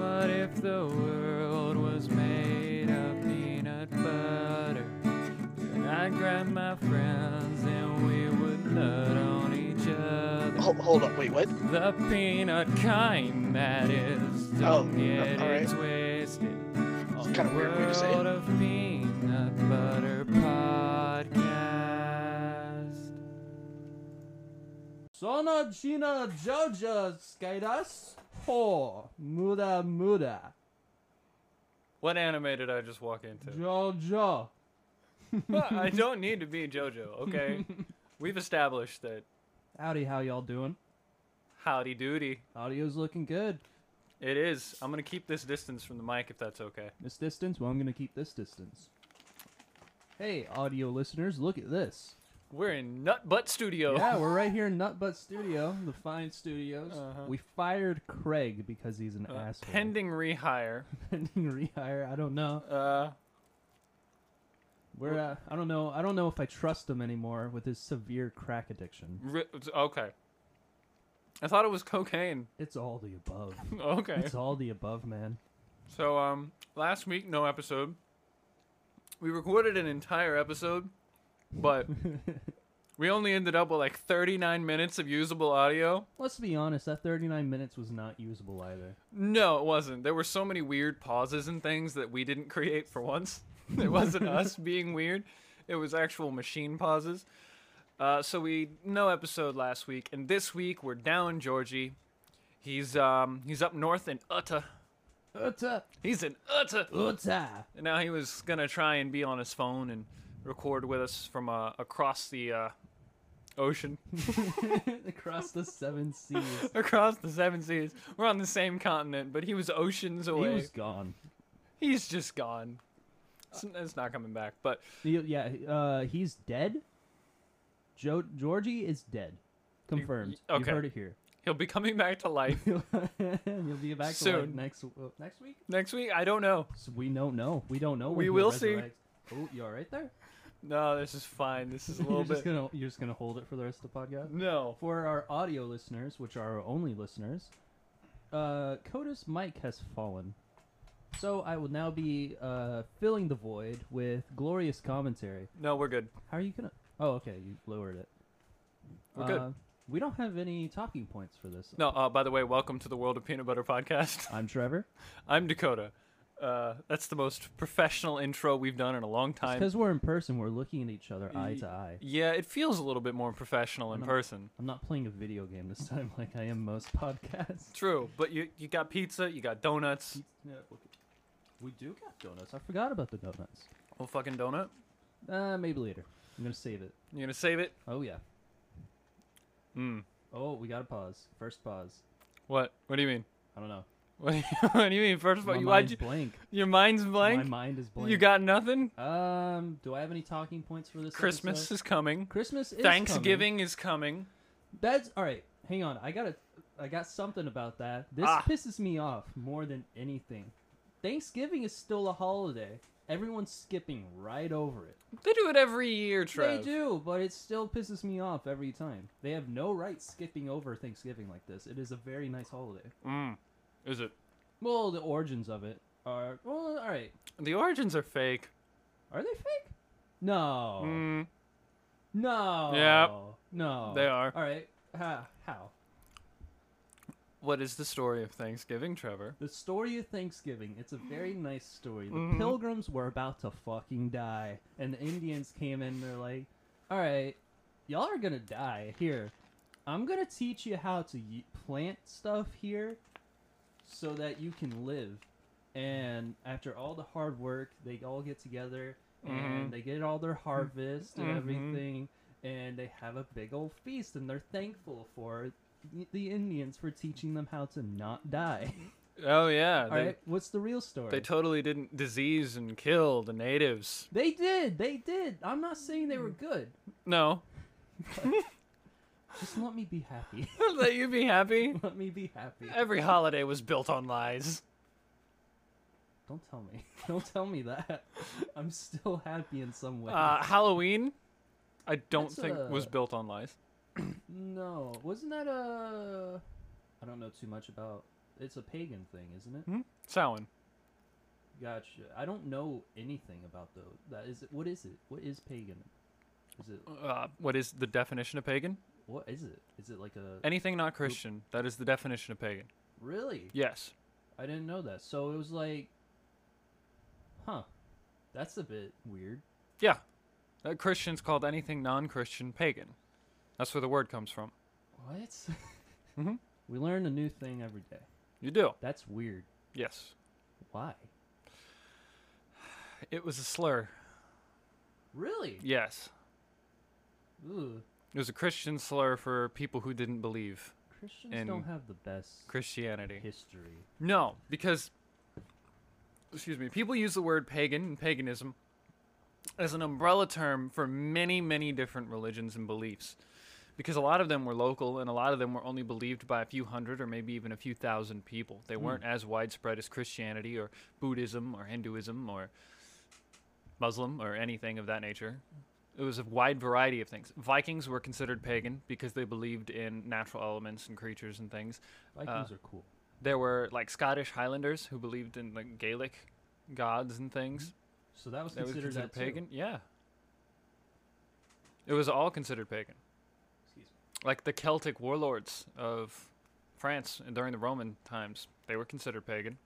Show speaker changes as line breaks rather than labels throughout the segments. if the world was made of peanut butter. Then I'd grab my friends and we would nut on each other.
Hold, hold up, wait, what?
The peanut kind, that is. Don't
Oh,
get
alright.
it twisted. It's
kinda weird way to say it.
World of Peanut Butter Podcast.
Sono China Jojo Skaters Ho Muda Muda
What anime did I just walk into?
Jojo
I don't need to be JoJo, okay? We've established that
Howdy, how y'all doing?
howdy doody.
Audio's looking good.
It is. I'm gonna keep this distance from the mic if that's okay.
This distance, well I'm gonna keep this distance. Hey audio listeners, look at this.
We're in Nut Butt Studio.
Yeah, we're right here in Nutbutt Studio, the fine studios.
Uh-huh.
We fired Craig because he's an
Uh,
asshole.
pending rehire.
Pending rehire, I don't know.
Uh,
We're uh, I don't know I don't know if I trust him anymore with his severe crack addiction.
re- okay. I thought it was cocaine.
It's all the above.
Okay.
It's all the above, man.
So um last week no episode. We recorded an entire episode, but we only ended up with like 39 minutes of usable audio.
Let's be honest, that 39 minutes was not usable either.
No, it wasn't. There were so many weird pauses and things that we didn't create for once. It wasn't us being weird. It was actual machine pauses. Uh, so we no episode last week, and this week we're down Georgie. He's um he's up north in Utah.
Uta,
He's in Utah.
uta.
And now he was gonna try and be on his phone and record with us from uh, across the uh, ocean,
Across the seven seas.
across the seven seas. We're on the same continent, but he was oceans
He
away.
was gone.
He's just gone. It's, it's not coming back. But
He- yeah, uh, he's dead. Jo- Georgie is dead. Confirmed.
y-
You've
okay.
heard it here.
he'll be coming back to life
You'll be back to life
Soon.
next uh, next week.
next week. I don't know.
So we don't know. We don't know. when
We
he'll
will see.
resurrect. Oh, you all right there?
No, this is fine. This is a little
you're
bit.
just gonna you're just gonna hold it for the rest of the podcast.
No.
For our audio listeners, which are our only listeners, uh, Coda's mic has fallen. So I will now be uh, filling the void with glorious commentary.
No, we're good.
How are you gonna? Oh, okay, you lowered it.
We're good.
Uh, we don't have any talking points for this.
No. Uh, by the way, welcome to the World of Peanut Butter Podcast.
I'm Trevor.
I'm Dakota. Uh, that's the most professional intro we've done in a long time.
Because we're in person, we're looking at each other eye
Y-
to eye.
Yeah, it feels a little bit more professional in
No.
person.
I'm not playing a video game this time like I am most podcasts.
True, but you you got pizza, you got donuts.
We do got donuts. I forgot about the donuts.
Well, fucking donut.
Uh, maybe later. I'm gonna save it.
You gonna save it?
Oh yeah.
Mm.
Oh, we gotta pause. First pause.
What? What do you mean?
I don't know.
What do you, what do you mean? First of all,
My
you, why'd
mind's
you
blank.
your mind's blank.
My mind is blank.
You got nothing.
Um. Do I have any talking points for this?
Christmas
episode?
is coming.
Christmas. Is
Thanksgiving is coming.
coming. That's all right. Hang on. I gotta. I got something about that. This
Ah.
pisses me off more than anything. Thanksgiving is still a holiday. Everyone's skipping right over it.
They do it every year, Trev.
They do, but it still pisses me off every time. They have no right skipping over Thanksgiving like this. It is a very nice holiday.
Mm. Is it?
Well, the origins of it are well, all right.
The origins are fake.
Are they fake? No.
Mm.
No.
Yep.
No.
They are.
All right. Ha- how?
What is the story of Thanksgiving, Trevor?
The story of Thanksgiving. It's a very nice story. The
Mhm.
pilgrims were about to fucking die, and the Indians came in. They're like, "All right, y'all are gonna die here. I'm gonna teach you how to y- plant stuff here, so that you can live." And after all the hard work, they all get together
Mhm.
and they get all their harvest and
Mhm.
everything, and they have a big old feast, and they're thankful for y- the Indians for teaching them how to not die.
Oh yeah.
All
they,
right, what's the real story?
They totally didn't disease and kill the natives.
They did, they did. I'm not saying they were
Hmm.
good.
No.
Just let me be happy.
Let you be happy.
let me be happy.
Every holiday was built on lies.
Don't tell me. Don't tell me that. I'm still happy in some way.
Uh, Halloween, I don't
That's
think was
a-
built on lies.
no, wasn't that a? I don't know too much about it's a pagan thing, isn't it?
Samhain.
Gotcha. I don't know anything about those. That is what is it? What is pagan? Is it
Uh, what is the definition of pagan?
what is it? Is it like a
Anything not Christian. That is the definition of pagan.
really?
Yes.
I didn't know that. So it was like, huh? That's a bit weird.
Yeah. Uh, Christians called anything non-Christian pagan. That's where the word comes from.
What?
Mhm.
We learn a new thing every day.
You do.
That's weird.
Yes.
Why?
It was a slur.
Really?
Yes.
Ooh,
It was a Christian slur for people who didn't believe
Christians
And-
don't have the best
Christianity.
history.
No, because excuse me, people use the word pagan and paganism as an umbrella term for many, many different religions and beliefs. Because a lot of them were local and a lot of them were only believed by a few hundred or maybe even a few thousand people. They weren't as widespread as Christianity or Buddhism or Hinduism or Muslim or anything of that nature. It was a wide variety of things. Vikings were considered pagan because they believed in natural elements and creatures and things Uh,
Vikings are cool.
there were like Scottish Highlanders who believed in like Gaelic gods and things.
So that was
That was
considered,
Mm-hmm. considered
that too.
pagan. Yeah. It was all considered pagan.
Excuse me.
Like the Celtic warlords of France and during the Roman times, they were considered pagan.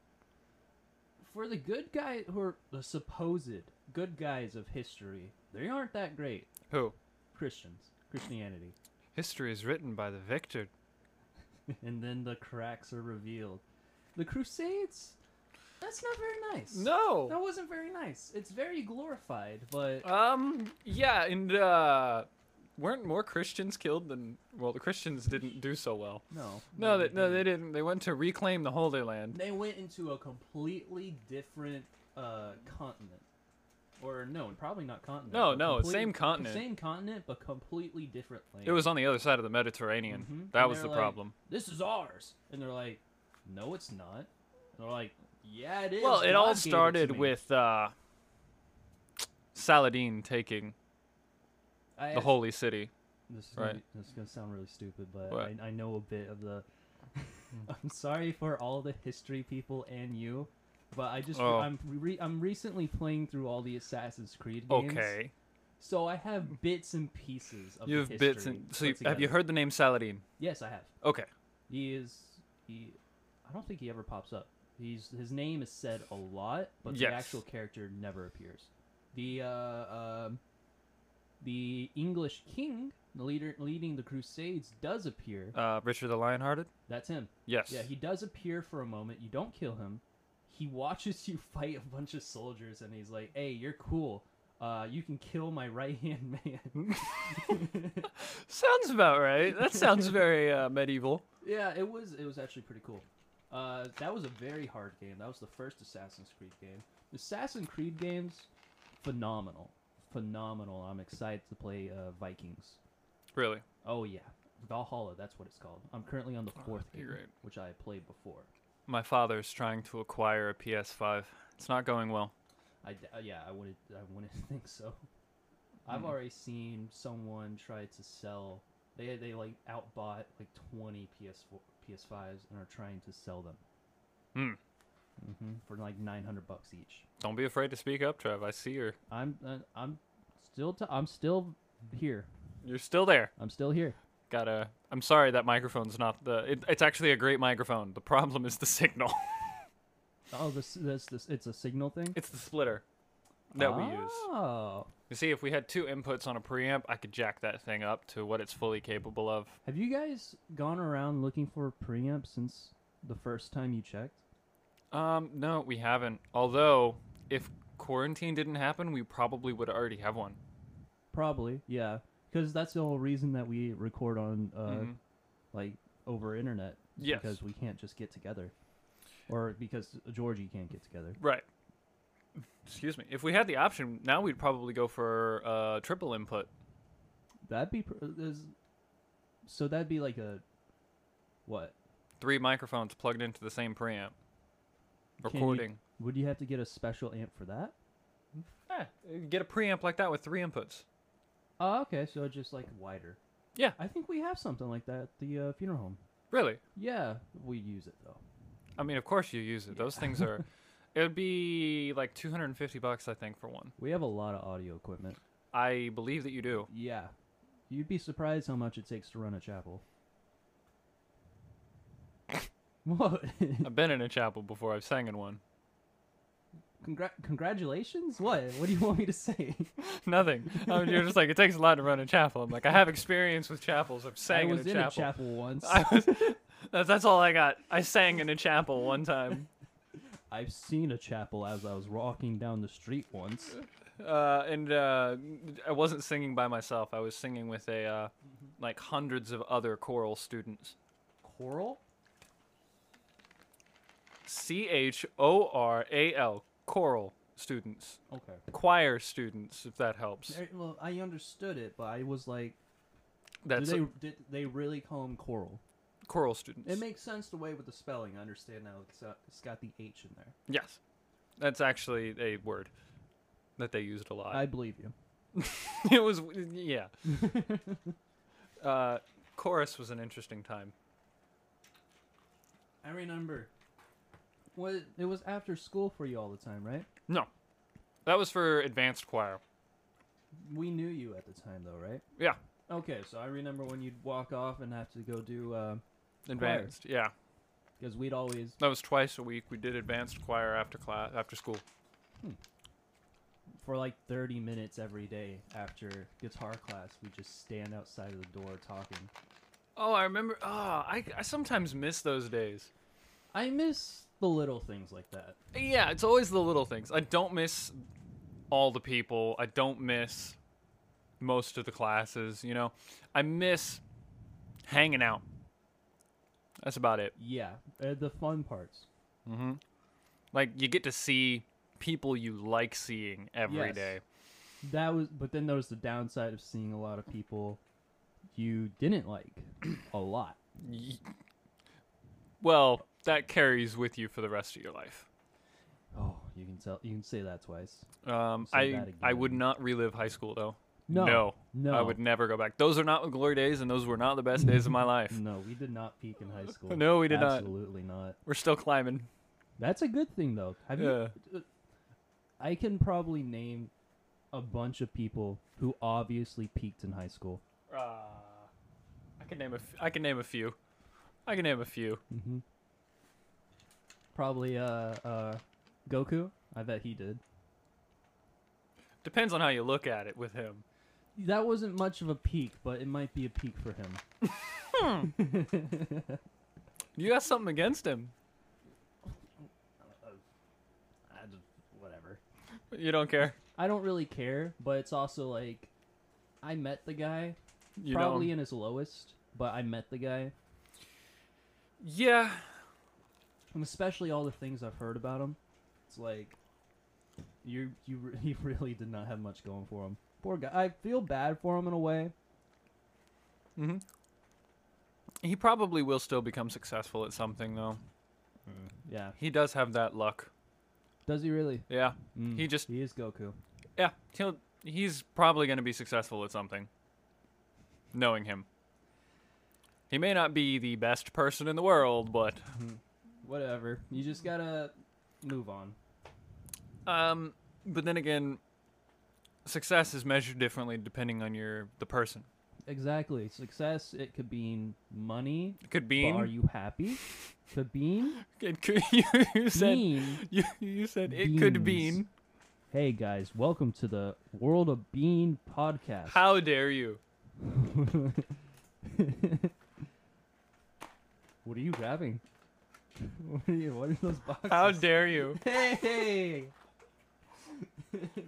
for the good guy who are the supposed good guys of history, they aren't that great
Who?
Christians, Christianity,
History is written by the victor.
and then the cracks are revealed. The Crusades, that's not very nice. that
No.
wasn't very nice. It's very glorified, but
Um yeah, and uh weren't more Christians killed than well, the Christians didn't do so well.
no,
No, they,
they
no, they
didn't.
didn't. They went to reclaim the Holy Land.
They went into a completely different uh, continent. Or no, probably not continent.
No,
but
no,
complete-
same continent.
Same continent, but completely different land.
It was on the other side of the Mediterranean.
Mhm.
That
And
was
they're
the
like,
problem.
This is ours, and they're like, no, it's not. And they're like, yeah, it is.
Well, it
God
all
gave to
started
me."
with uh, Saladin taking
I
the
asked-
holy city.
This is
right.
gonna, be- this is gonna sound really stupid, but
What?
I, I know a bit of the. I'm sorry for all the history people and you, but I just
Oh.
I'm re- I'm recently playing through all the Assassin's Creed games.
Okay,
So I have bits and pieces of
you
the
have bits
history
and so
put
you, have you
together.
heard the name Saladin?
Yes, I have.
Okay,
He is he. I don't think he ever pops up. He's his name is said a lot, but
Yes.
the actual character never appears. The uh, um the English king, the leader leading the Crusades, does appear.
uh, Richard the Lionhearted.
That's him.
Yes.
Yeah, he does appear for a moment. You don't kill him. He watches you fight a bunch of soldiers, and he's like, "Hey, you're cool. Uh, you can kill my right hand man."
sounds about right. That sounds very uh, medieval.
Yeah, it was it was actually pretty cool. Uh, that was a very hard game. That was the first Assassin's Creed game. The Assassin's Creed games, phenomenal, phenomenal. I'm excited to play uh, Vikings.
Really?
Oh yeah, Valhalla. That's what it's called. I'm currently on the fourth
Oh, you're
game,
right.
which I played before.
My father's trying to acquire a PS5. It's not going well.
I d- uh, yeah, I wouldn't I wouldn't think so. I've
Mhm.
already seen someone try to sell. They they like outbought like 20 PS4 PS5s and are trying to sell them.
Hmm.
hmm For like 900 bucks each.
Don't be afraid to speak up, Trev. I see you're
I'm uh, I'm still t- I'm still here.
you're still there.
I'm still here.
Gotta. I'm sorry that microphone's not the. It, it's actually a great microphone. The problem is the signal.
Oh, this this this it's a signal thing
It's the splitter that we use.
Oh.
You see, if we had two inputs on a preamp, I could jack that thing up to what it's fully capable of.
Have you guys gone around looking for a preamp since the first time you checked?
Um, no, we haven't. Although, if quarantine didn't happen, we probably would already have one.
Probably, yeah. Because that's the whole reason that we record on, uh,
Mhm.
like, over internet. is
Yes.
Because we can't just get together. Or because Georgie can't get together.
Right. Excuse me. If we had the option, now we'd probably go for uh, triple input.
That'd be. Pr- is- so that'd be like a. What?
Three microphones plugged into the same preamp.
Can you-
Recording.
Would you have to get a special amp for that?
Eh, get a preamp like that with three inputs.
Oh, okay. So just like wider.
Yeah.
I think we have something like that at the uh, funeral home.
Really?
Yeah, we use it though.
I mean, of course you use it. Those things are. It would be like 250 bucks, I think, for one.
We have a lot of audio equipment.
I believe that you do.
Yeah. You'd be surprised how much it takes to run a chapel. what?
I've been in a chapel before. I've sang in one.
Congra- congratulations? What? What do you want me to say?
Nothing. I mean, you're just like it takes a lot to run a chapel. I'm like I have experience with chapels. I've
I
sang
was
in a chapel.
in a chapel once.
I was, that's, that's all I got. I sang in a chapel one time.
I've seen a chapel as I was walking down the street once.
Uh, and uh, I wasn't singing by myself. I was singing with a uh, like hundreds of other choral students.
Coral?
C H O R A L choral students,
Okay.
choir students, if that helps.
There- well, I understood it, but I was like, did
That's
they,
uh,
did they really call him coral?
choral students.
It makes sense the way with the spelling. I understand now. It's, uh, it's got the H in there.
yes, that's actually a word that they used a lot.
I believe you.
it was yeah. uh, chorus was an interesting time.
I remember. What it was after school for you all the time, right?
No, that was for advanced choir.
We knew you at the time, though, right?
Yeah,
Okay, so I remember when you'd walk off and have to go do
advanced. Yeah,
because we'd always
that was twice a week. We did advanced choir after class after school.
for like thirty minutes every day after guitar class, we just stand outside of the door talking.
Oh, I remember. Oh, I, I sometimes miss those days.
I miss the little things like that.
Yeah, it's always the little things. I don't miss all the people. I don't miss most of the classes, you know. I miss hanging out. That's about it.
Yeah, uh, the fun parts.
Like you get to see people you like seeing every
Yes.
day.
That was, but then there was the downside of seeing a lot of people you didn't like a lot.
Y- Well, that carries with you for the rest of your life.
Oh, you can tell. You can say that twice.
Um,
Say
I
that
I would
again.
not relive high school though.
No,
no,
no.
I would never go back. Those are not the glory days, and those were not the best days of my life.
No, we did not peak in high school.
No, we did not.
Absolutely not.
We're still climbing. Uh,
That's a good thing, though. Have
Yeah.
you? I can probably name a bunch of people who obviously peaked in high school.
Uh, I can name a. F- I can name a few. I can name a few.
Mm-hmm. Probably uh, uh, Goku. I bet he did.
Depends on how you look at it with him.
That wasn't much of a peak, but it might be a peak for him.
You got something against him.
I just, whatever.
You don't care.
I don't really care, but it's also like I met the guy
You
probably
Don't.
in his lowest, but I met the guy,
Yeah.
and especially all the things I've heard about him. It's like you you re- he really did not have much going for him. Poor guy. I feel bad for him in a way.
hmm He probably will still become successful at something though.
Yeah.
He does have that luck.
Does he really?
Yeah.
Mm,
He just-
he is Goku.
Yeah. He'll. He's probably going to be successful at something. Knowing him. He may not be the best person in the world, but
Whatever. You just gotta move on.
Um, but then again, success is measured differently depending on your the person.
Exactly. Success. It could mean money.
It could
but
be.
Are you happy? Could be.
It could, you, you said
Bean.
you, you said it could
Beans.
be.
Hey guys, welcome to the World of Bean podcast.
How dare you?
what are you grabbing? What are, you, what are those boxes?
How dare you?
hey!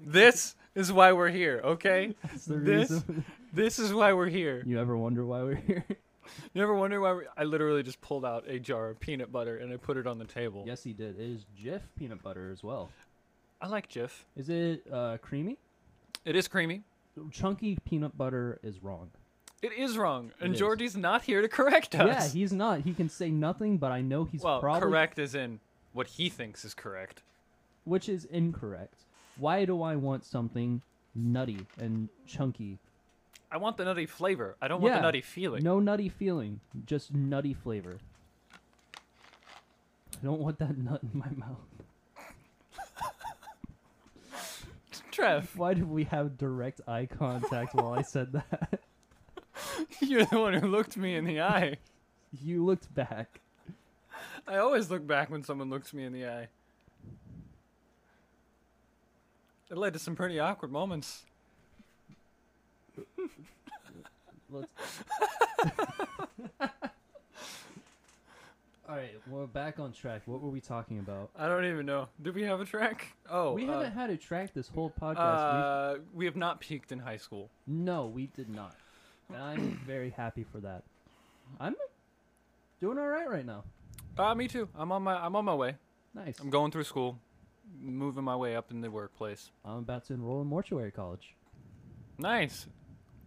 This is why we're here. Okay,
That's the
This-
reason.
this is why we're here.
You ever wonder why we're here?
You ever wonder why? we- I literally just pulled out a jar of peanut butter and I put it on the table.
yes, he did. It is Jif peanut butter as well.
I like Jif.
Is it uh, creamy?
It is creamy.
Chunky peanut butter is wrong.
It is wrong, and
is.
Jordy's not here to correct us.
Yeah, he's not. He can say nothing, but I know he's
well,
probably
correct is in what he thinks is correct.
which is incorrect. Why do I want something nutty and chunky?
I want the nutty flavor. I don't want
Yeah.
the nutty feeling.
No nutty feeling, just nutty flavor. I don't want that nut in my mouth.
Trev,
Why did we have direct eye contact while I said that?
you're the one who looked me in the eye.
You looked back.
I always look back when someone looks me in the eye. It led to some pretty awkward moments.
Let's... All right, we're back on track. What were we talking about?
I don't even know. Did we have a track? Oh,
we
uh,
haven't had a track this whole podcast. We've-
Uh, we have not peaked in high school.
No, we did not. And I'm very happy for that. I'm doing all right right now.
Uh, me too. I'm on my I'm on my way.
Nice.
I'm going through school, moving my way up in the workplace.
I'm about to enroll in mortuary college
Nice.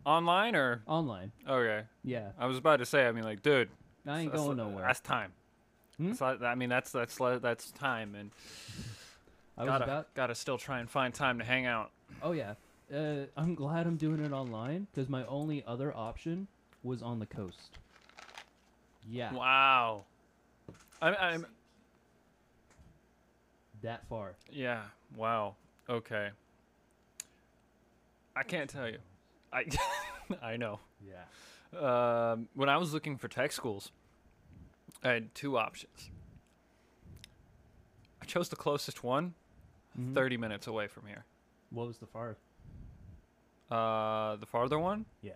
Online or
online.
okay.
Yeah,
I was about to say. I mean, like, dude,
I ain't
that's-
going nowhere.
That's time.
Hmm?
So, I mean, that's that's that's time, and
I was
gotta
about.
gotta still try and find time to hang out.
Oh yeah. Uh, I'm glad I'm doing it online because my only other option was on the coast. Yeah,
Wow. I'm, I'm
that far.
yeah. Wow. Okay. I can't tell you. I I know.
Yeah.
Um, when I was looking for tech schools, I had two options. I chose the closest one,
Mm-hmm.
30 minutes away from here.
What was the far?
Uh, the farther one
Yeah.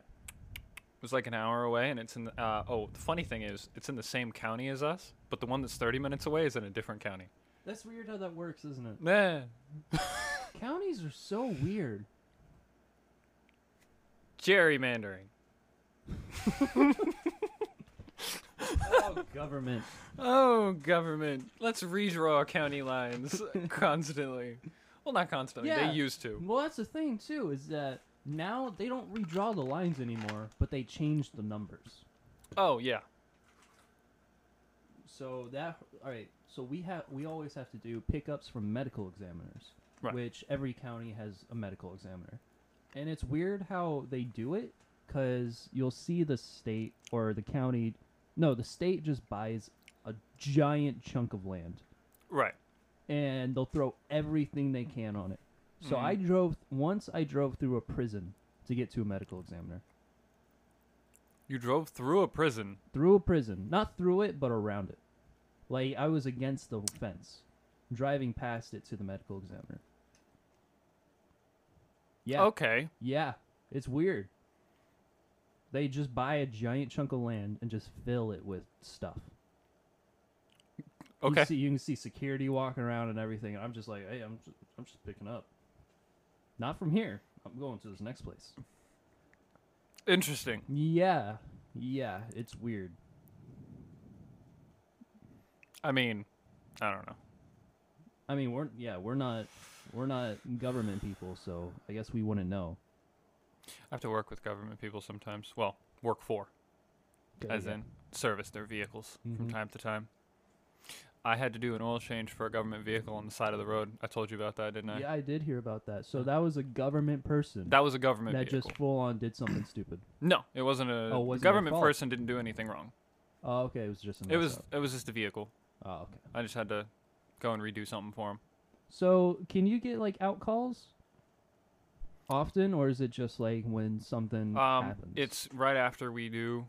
was like an hour away, and it's in the. Uh, oh, the funny thing is, it's in the same county as us, but the one that's 30 minutes away is in a different county.
That's weird how that works, isn't it?
Nah.
Counties are so weird.
Gerrymandering.
Oh, government.
Oh, government. Let's redraw county lines constantly. Well, not constantly.
Yeah.
They used to.
Well, that's the thing too is that now they don't redraw the lines anymore, but they changed the numbers.
Oh, yeah.
So that all right. So we have we always have to do pickups from medical examiners,
Right.
which every county has a medical examiner, and it's weird how they do it because you'll see the state or the county, no, the state just buys a giant chunk of land
Right.
and they'll throw everything they can on it. So I drove once. I drove through a prison to get to a medical examiner.
You drove through a prison.
through a prison, not through it, but around it. Like I was against the fence, driving past it to the medical examiner. Yeah,
Okay.
yeah, it's weird. They just buy a giant chunk of land and just fill it with stuff. You
Okay.
see, you can see security walking around and everything. And I'm just like, hey, I'm just, I'm just picking up. Not from here. I'm going to this next place.
Interesting.
Yeah, yeah, it's weird.
I mean, I don't know.
I mean, we're yeah, we're not we're not government people, so I guess we wouldn't know.
I have to work with government people sometimes. Well, work for, as in service their vehicles from
Mhm.
time to time. I had to do an oil change for a government vehicle on the side of the road. I told you about that, didn't I?
Yeah, I did hear about that. So that was a government person
That was a government
that
vehicle.
just full on did something stupid.
No, it wasn't a
Oh, it wasn't their
government
fault.
person didn't do anything wrong.
Oh, okay, it was just a
It
mess
was
up.
it was just a vehicle.
Oh, okay.
I just had to go and redo something for him.
So can you get like out calls often, or is it just like when
Um,
something Mm, happens?
it's right after we do.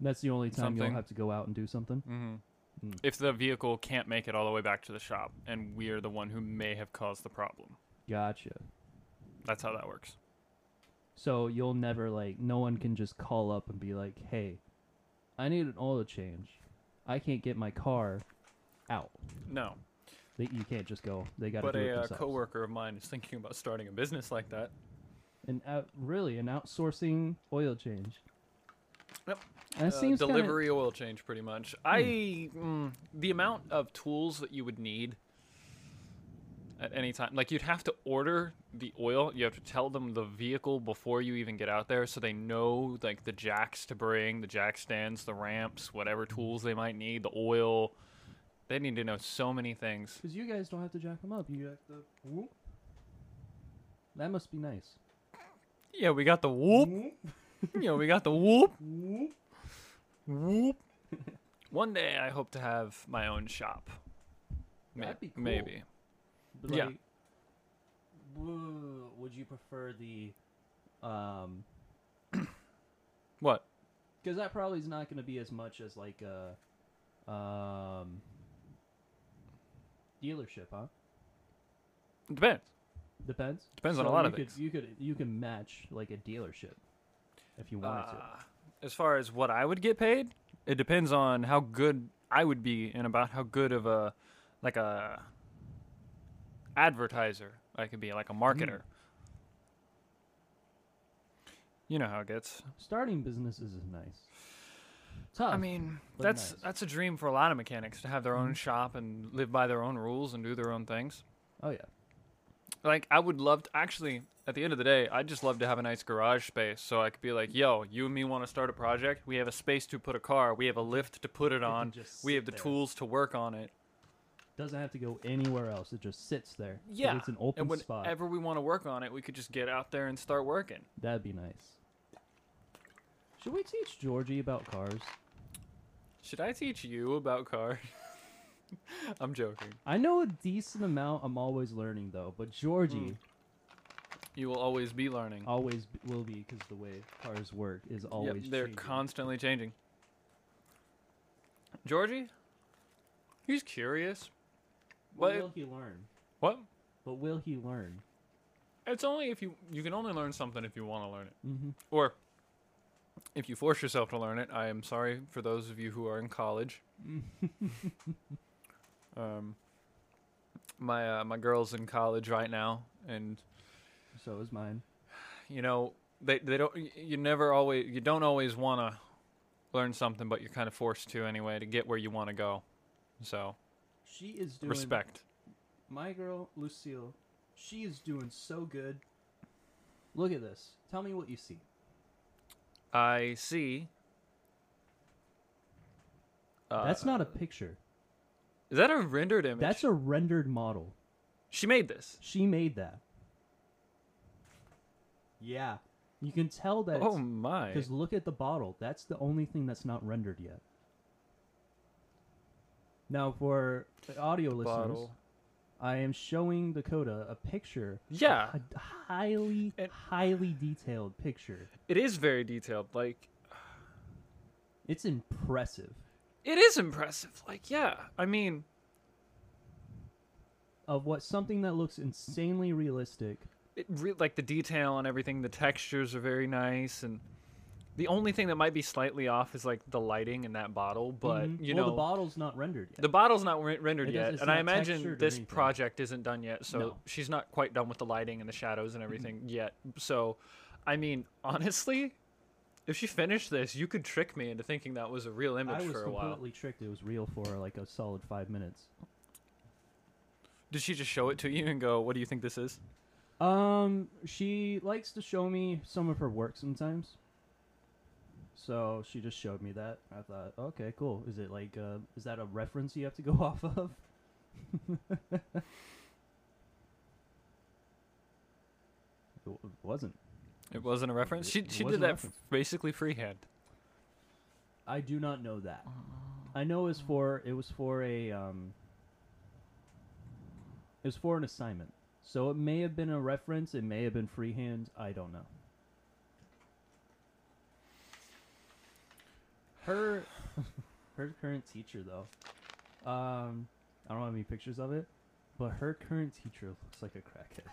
that's the only time you'll
something.
have to go out and do something.
hmm
Mm.
If the vehicle can't make it all the way back to the shop, and we're the one who may have caused the problem,
Gotcha.
that's how that works.
So you'll never like no one can just call up and be like, "Hey, I need an oil change. I can't get my car out."
No,
They, you can't just go. They got to
but
do it
a uh,
themselves.
coworker of mine is thinking about starting a business like that.
An out, really an outsourcing oil change.
Yep.
That
Uh,
seems kinda- Hmm.
delivery oil change, pretty much. I mm, the amount of tools that you would need at any time, like you'd have to order the oil. You have to tell them the vehicle before you even get out there, so they know like the jacks to bring, the jack stands, the ramps, whatever tools they might need, the oil. They need to know so many things.
Because you guys don't have to jack them up. You jack the. Whoop. That must be nice.
Yeah, we got the whoop. yeah, we got the whoop. Whoop. One day I hope to have my own shop May-
That'd be cool.
Maybe.
But
Yeah.
like, w- would you prefer the, um,
What?
because that probably is not going to be as much as like a, um, dealership, huh?
Depends.
Depends.
Depends on
So
a lot
you
of
could,
things.
You could you can match like a dealership, if you wanted to.
Uh, as far as what I would get paid, it depends on how good I would be and about how good of a like a advertiser I could be, like a marketer. You know how it gets.
Starting businesses is nice. Tough.
I mean,
but
that's
nice.
that's a dream for a lot of mechanics to have their own shop and live by their own rules and do their own things.
oh yeah.
Like I would love to actually at the end of the day, I'd just love to have a nice garage space so I could be like, yo, you and me want to start a project? We have a space to put a car, we have a lift to put it
can
on,
just
we
sit
have the
there."
tools to work on it.
Doesn't have to go anywhere else. It just sits there. But
Yeah.
It's an open
and
spot.
whenever we want to work on it, we could just get out there and start working.
That'd be nice. Should we teach Georgie about cars?
Should I teach you about cars? I'm joking.
I know a decent amount. I'm always learning though, but
Hmm.
Georgie
You will always be learning.
always b- will be because the way cars work is
Yep,
always
they're
changing.
constantly changing. Georgie, he's curious.
But
What?
will he learn?
What?
But will he learn?
It's only if you you can only learn something if you want to learn it,
Mm-hmm.
or if you force yourself to learn it. I am sorry for those of you who are in college. um, my uh, my girl's in college right now, and
So is mine.
you know they they don't y- you never always you don't always want to learn something, but you're kind of forced to anyway to get where you want to go. So
She is doing
respect.
My girl Lucille, she is doing so good. Look at this. Tell me what you see.
I see. Uh,
That's not a picture.
Is that a rendered image?
That's a rendered model.
she made this.
She made that. Yeah. You can tell that
oh my!
because look at the bottle. That's the only thing that's not rendered yet. Now, for the audio listeners,
Bottle.
I am showing Dakota a picture.
Yeah.
A d- highly,
And-
highly detailed picture.
It is very detailed. Like
It's impressive.
it is impressive. Like yeah. I mean,
Of what something that looks insanely realistic.
it re- like the detail and everything. The textures are very nice, and the only thing that might be slightly off is like the lighting in that bottle. But
Mhm.
you
well,
know,
the bottle's not rendered yet.
the bottle's not re- rendered
It does-
yet,
it's
and I
not
imagine
textured or
this
anything.
project isn't done yet. So
No. Mm-hmm.
she's not quite done with the lighting and the shadows and everything yet. So, I mean, honestly. If she finished this, you could trick me into thinking that was a real
I
image
was
for a while.
completely tricked. It was real for like a solid five minutes.
Did she just show it to you and go, "What do you think this is?"
Um, she likes to show me some of her work sometimes. So she just showed me that. I thought, okay, cool. Is it like, uh, is that a reference you have to go off of? it w- wasn't.
It wasn't a reference.
It-
She
it
she did
wasn't a
that f-
reference.
basically freehand.
I do not know that. I know it was for it was for a um it was for an assignment. So it may have been a reference, it may have been freehand, I don't know. Her her current teacher though. Um I don't have any pictures of it, but her current teacher looks like a crackhead.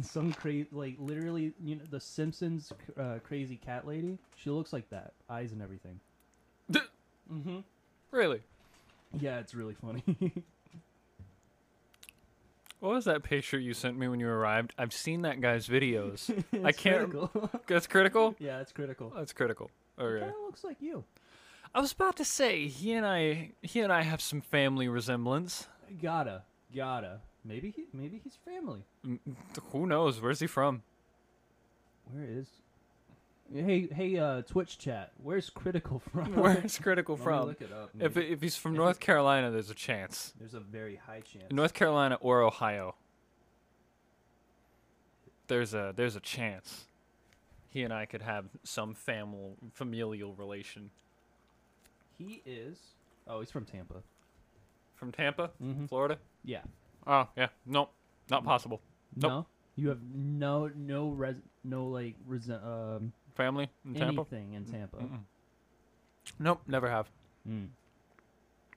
Some crazy, like literally, you know, the Simpsons uh, crazy cat lady. She looks like that, eyes and everything. Mm-hmm.
Really?
Yeah, it's really funny.
What was that picture you sent me when you arrived? I've seen that guy's videos.
It's
can't-
Critical.
That's critical.
yeah, it's critical.
That's critical.
It
Okay.
kind of looks like you.
I was about to say he and I he and I have some family resemblance.
Gotta, gotta. Maybe he, maybe he's family.
M- Who knows? Where's he from?
Where is? Hey, hey, uh, Twitch chat. Where's critical from?
Where's critical
Let me
from?
look it up.
If
maybe.
if he's from
If
North Carolina, there's a chance.
There's a very high chance.
North Carolina or Ohio. There's a there's a chance he and I could have some family familial relation
He is. Oh, he's from Tampa.
from Tampa,
Mhm.
Florida.
Yeah.
Mm-hmm. Oh yeah, nope, not possible. Nope.
No. You have no no res no like res- um
Family in Tampa.
anything in Tampa.
Mm-mm. Nope, never have.
Mm.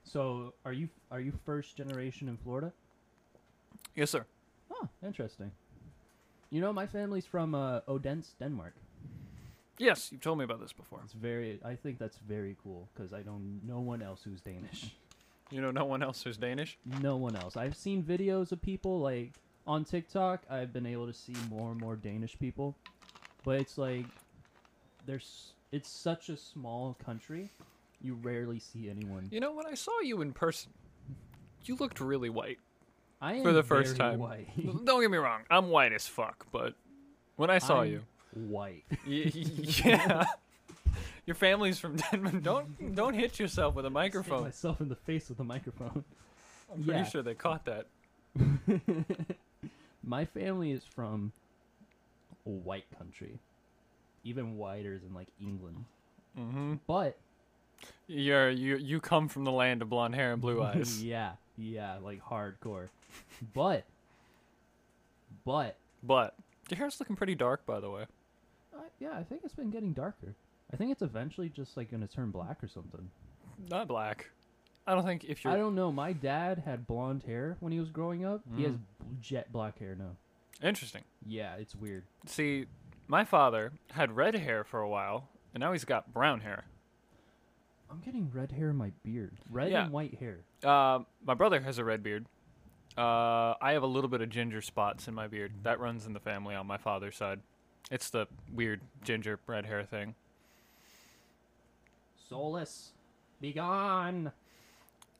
So are you are you first generation in Florida?
Yes, sir.
Oh, interesting. You know, my family's from uh, Odense, Denmark.
Yes, you've told me about this before.
It's very. I think that's very cool because I know no one else who's Danish.
You know, no one else who's Danish.
No one else. I've seen videos of people like on TikTok. I've been able to see more and more Danish people, but it's like there's. It's such a small country. You rarely see anyone.
You know, when I saw you in person, you looked really white.
I am
For the first
very
time.
white.
Don't get me wrong, I'm white as fuck, but when I saw
I'm
you,
White.
y- yeah, your family's from Denmark. Don't don't hit yourself with a
Hit
microphone.
myself in the face with a microphone.
I'm pretty
yeah.
sure they caught that.
My family is from a white country, even whiter than like England.
Mm-hmm.
But
You're you you come from the land of blonde hair and blue eyes.
yeah, yeah, like hardcore. But but
But your hair's looking pretty dark, by the way.
uh, yeah, I think it's been getting darker. I think it's eventually just like gonna turn black or something.
Not black. I don't think if you're.
I don't know. My dad had blonde hair when he was growing up. He
Mm.
has jet black hair now.
Interesting.
Yeah, it's weird.
See, my father had red hair for a while, and now he's got brown hair.
I'm getting red hair in my beard. Red
Yeah.
and white hair.
Uh, my brother has a red beard. Uh, I have a little bit of ginger spots in my beard. That runs in the family on my father's side. It's the weird ginger red hair thing.
Soulless. Be gone.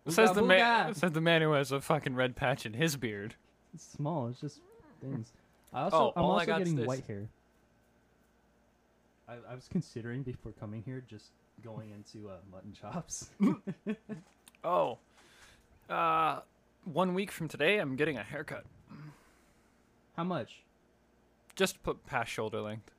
says
Ooga
the man.
booga.
Says the man who has a fucking red patch in his beard.
It's small. It's just things. I also, I'm
Hmm. Oh, all I
also
got's
getting
this.
white hair. I, I was considering before coming here just going into uh, mutton chops.
Oh. Uh, one week from today, I'm getting a haircut.
How much?
Just put past shoulder length.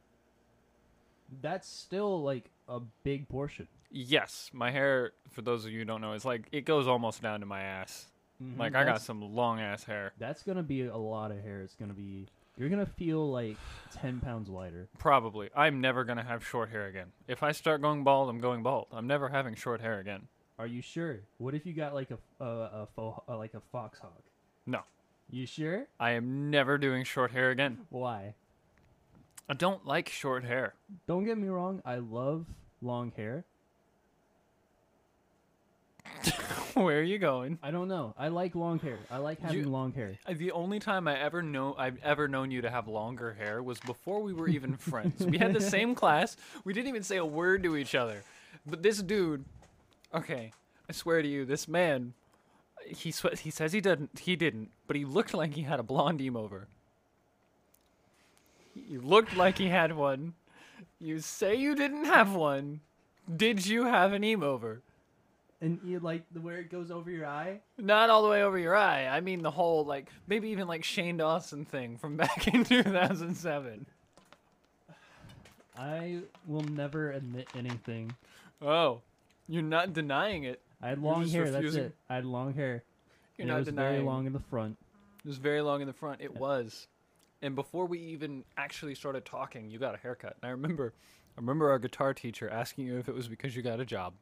That's still like a big portion.
Yes, my hair. For those of you who don't know, is like it goes almost down to my ass.
Mhm,
Like I got
that's-
some long ass hair.
That's gonna be a lot of hair. It's gonna be. You're gonna feel like ten pounds lighter.
Probably. I'm never gonna have short hair again. If I start going bald, I'm going bald. I'm never having short hair again.
Are you sure? What if you got like a a, a fo- uh, like a fox hog?
No.
You sure?
I am never doing short hair again.
Why?
I don't like short hair.
Don't get me wrong. I love long hair.
Where are you going?
I don't know. I like long hair. I like having
You-
long hair.
Uh, The only time I ever know I've ever known you to have longer hair was before we were even friends. We had the same class. We didn't even say a word to each other. But this dude, okay, I swear to you, this man, he swe- he says he didn't he didn't, but he looked like he had a blonde emo over. You looked like he had one. You say you didn't have one. Did you have an emo over?
And you like the where it goes over your eye?
Not all the way over your eye. I mean the whole like maybe even like Shane Dawson thing from back in 2007.
I will never admit anything.
Oh, you're not denying it.
I had
You're
long
just
hair,
refusing-
that's it. I had long hair.
You're
and
not
it was
denying.
very long in the front.
It was very long in the front. It was. And before we even actually started talking, you got a haircut. And I remember I remember our guitar teacher asking you if it was because you got a job.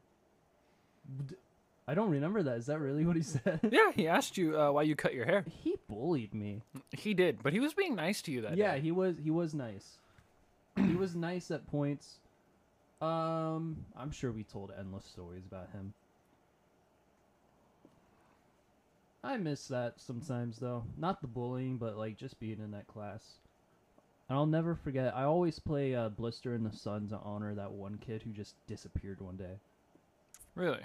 I don't remember that. Is that really what he said?
Yeah, he asked you uh, why you cut your hair.
he bullied me.
He did, but he was being nice to you that
yeah,
day.
he was he was nice. he was nice at points. Um I'm sure we told endless stories about him. I miss that sometimes though. Not the bullying, but like just being in that class. And I'll never forget. I always play uh, Blister in the Sun to honor that one kid who just disappeared one day.
Really?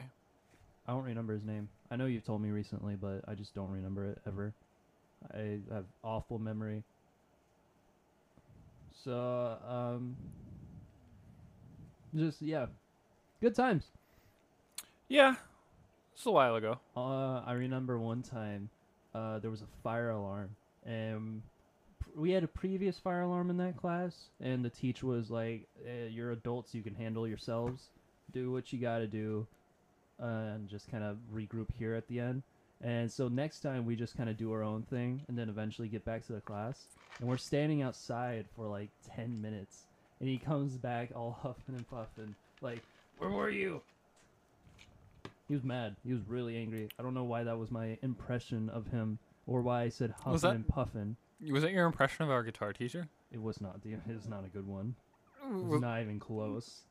I don't remember his name. I know you've told me recently, but I just don't remember it ever. I have awful memory. So, um, just yeah, good times.
Yeah. It's a while ago.
Uh, I remember one time, uh, there was a fire alarm, and pr- we had a previous fire alarm in that class, and the teacher was like, eh, "You're adults, you can handle yourselves. Do what you gotta do, uh, and just kind of regroup here at the end." And so next time we just kind of do our own thing and then eventually get back to the class. And we're standing outside for like 10 minutes. And he comes back all huffing and puffing, like, Where were you? He was mad. He was really angry. I don't know why that was my impression of him or why I said
Was
huffing
that-
and puffing.
Was that your impression of our guitar teacher?
It was not the, it was not a good one. It was
Well,
not even close.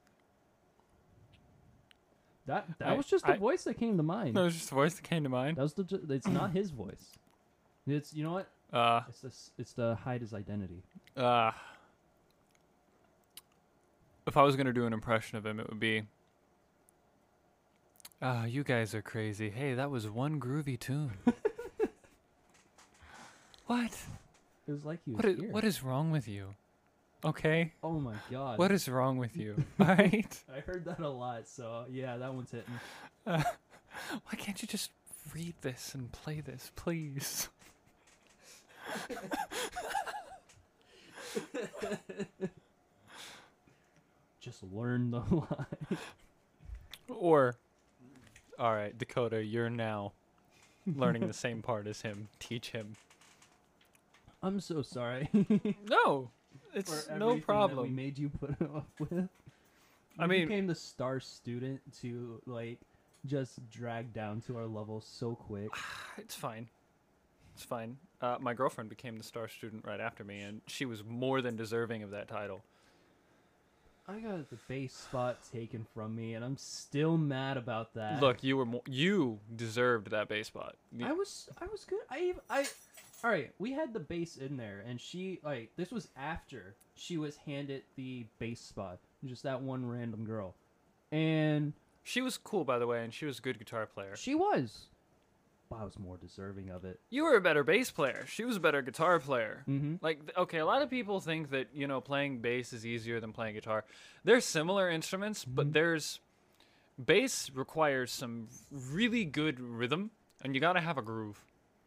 That that
I-
was just the
I-
voice that came to mind.
That was just a voice that came to mind.
That was the. ju- It's not his voice. It's you know what?
Uh,
It's this. It's to hide his identity.
uh, if I was gonna do an impression of him, it would be. Ah, you guys are crazy. Hey, that was one groovy tune. what?
It was like he was
What is,
here.
what is wrong with you? Okay.
oh my god!
What is wrong with you? All right.
I heard that a lot. So yeah, that one's hitting.
Uh, why can't you just read this and play this, please?
Just learn the line.
Or, all right, Dakota, you're now learning the same part as him. Teach him.
I'm so sorry.
No,
for
it's
everything that
no
we
problem.
made you put up with.
I
You
mean-
became the star student to like just drag down to our level so quick.
It's fine. It's fine. Uh, my girlfriend became the star student right after me, and she was more than deserving of that title.
I got the base spot taken from me, and I'm still mad about that.
Look, you were mo- you deserved that base spot. The-
Uh, I was I was good. I ev- I all right. We had the bass in there, and she like this was after she was handed the bass spot. Just that one random girl, and
she was cool, by the way, and she was a good guitar player.
she was. but I was more deserving of it.
You were a better bass player. She was a better guitar player.
Mm-hmm.
Like, th- okay, a lot of people think that, you know, playing bass is easier than playing guitar. They're similar instruments, but there's. Bass requires some really good rhythm, and you gotta have a groove.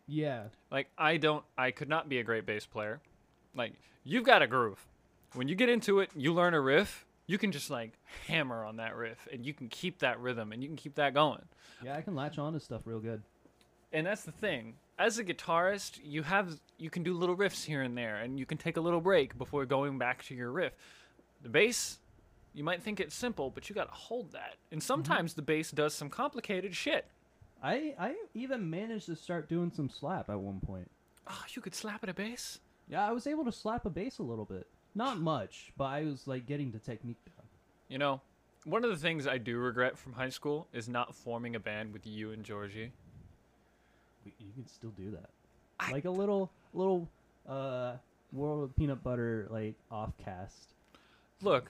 Yeah.
Like, I don't. I could not be a great bass player. Like, you've got a groove. When you get into it, you learn a riff, you can just, like, hammer on that riff, and you can keep that rhythm, and you can keep that going.
Yeah, I can latch on to stuff real good.
and that's the thing as a guitarist you have you can do little riffs here and there and you can take a little break before going back to your riff the bass you might think it's simple but you got to hold that and sometimes the bass does some complicated shit
I I even managed to start doing some slap at one point.
oh you could slap at a bass
Yeah, I was able to slap a bass a little bit. Not much, but I was like getting the technique down.
you know one of the things i do regret from high school is not forming a band with you and georgie
We- You can still do that.
I-
Like a little little uh world of peanut butter like off cast.
look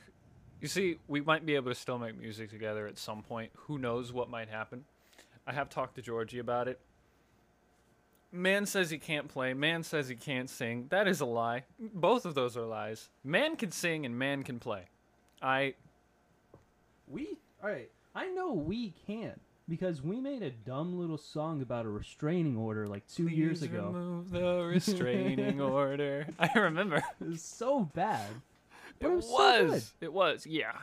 you see we might be able to still make music together at some point who knows what might happen i have talked to georgie about it man says he can't play man says he can't sing that is a lie both of those are lies man can sing and man can play i
We all right. I know we can because we made a dumb little song about a restraining order like 2 years
Please
ago.
remove the restraining order i remember
It was so bad. But it was, so
was it was yeah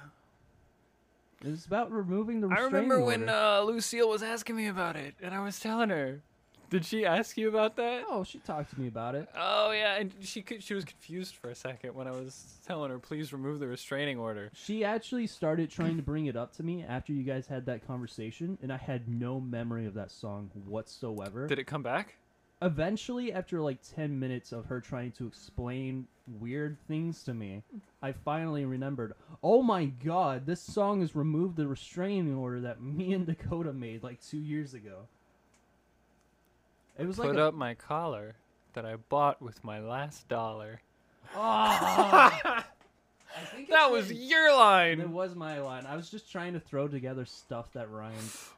good. It was about removing the
i
restraining
remember when
order.
uh, lucille was asking me about it and i was telling her did she ask you about that
Oh, she talked to me about it.
Oh yeah, and she could, she was confused for a second when I was telling her please remove the restraining order.
She actually started trying to bring it up to me after you guys had that conversation, and I had no memory of that song whatsoever.
Did it come back?
Eventually, after like 10 minutes of her trying to explain weird things to me, I finally remembered oh my god, this song has removed the restraining order that me and Dakota made like two years ago. It was like
Put
a-
up my collar that I bought with my last dollar. Oh,
Ah! I think
That
it's
was
like-
your
It
line.
was my line. I was just trying to throw together stuff that rhymes.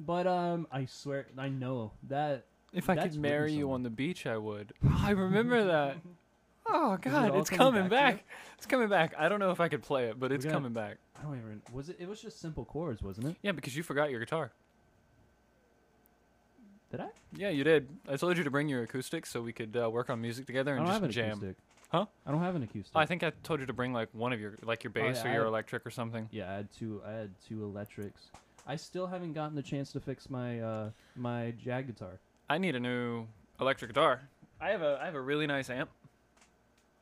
But um, I swear, I know that.
If I
that's
could
written
marry you
somewhere.
on the beach, I would. Oh, I remember that. Oh
it
God,
all
it's
coming
coming,
back
back.
to
It's coming back. I don't know if I could play it, but it's
gonna-
coming back.
I don't even. Was it? It was just simple chords, wasn't it?
Yeah, because you forgot your guitar.
Did I?
Yeah, you did. I told you to bring your acoustics so we could uh, work on music together
I
and
don't have an
just jam.
acoustic.
Huh?
I don't have an acoustic.
I think I told you to bring like one of your like your bass
Oh, yeah,
or your
I-
electric or something.
yeah, I had two. I had two electrics. I still haven't gotten the chance to fix my uh, my jag guitar.
I need a new electric guitar. I have a I have a really nice amp.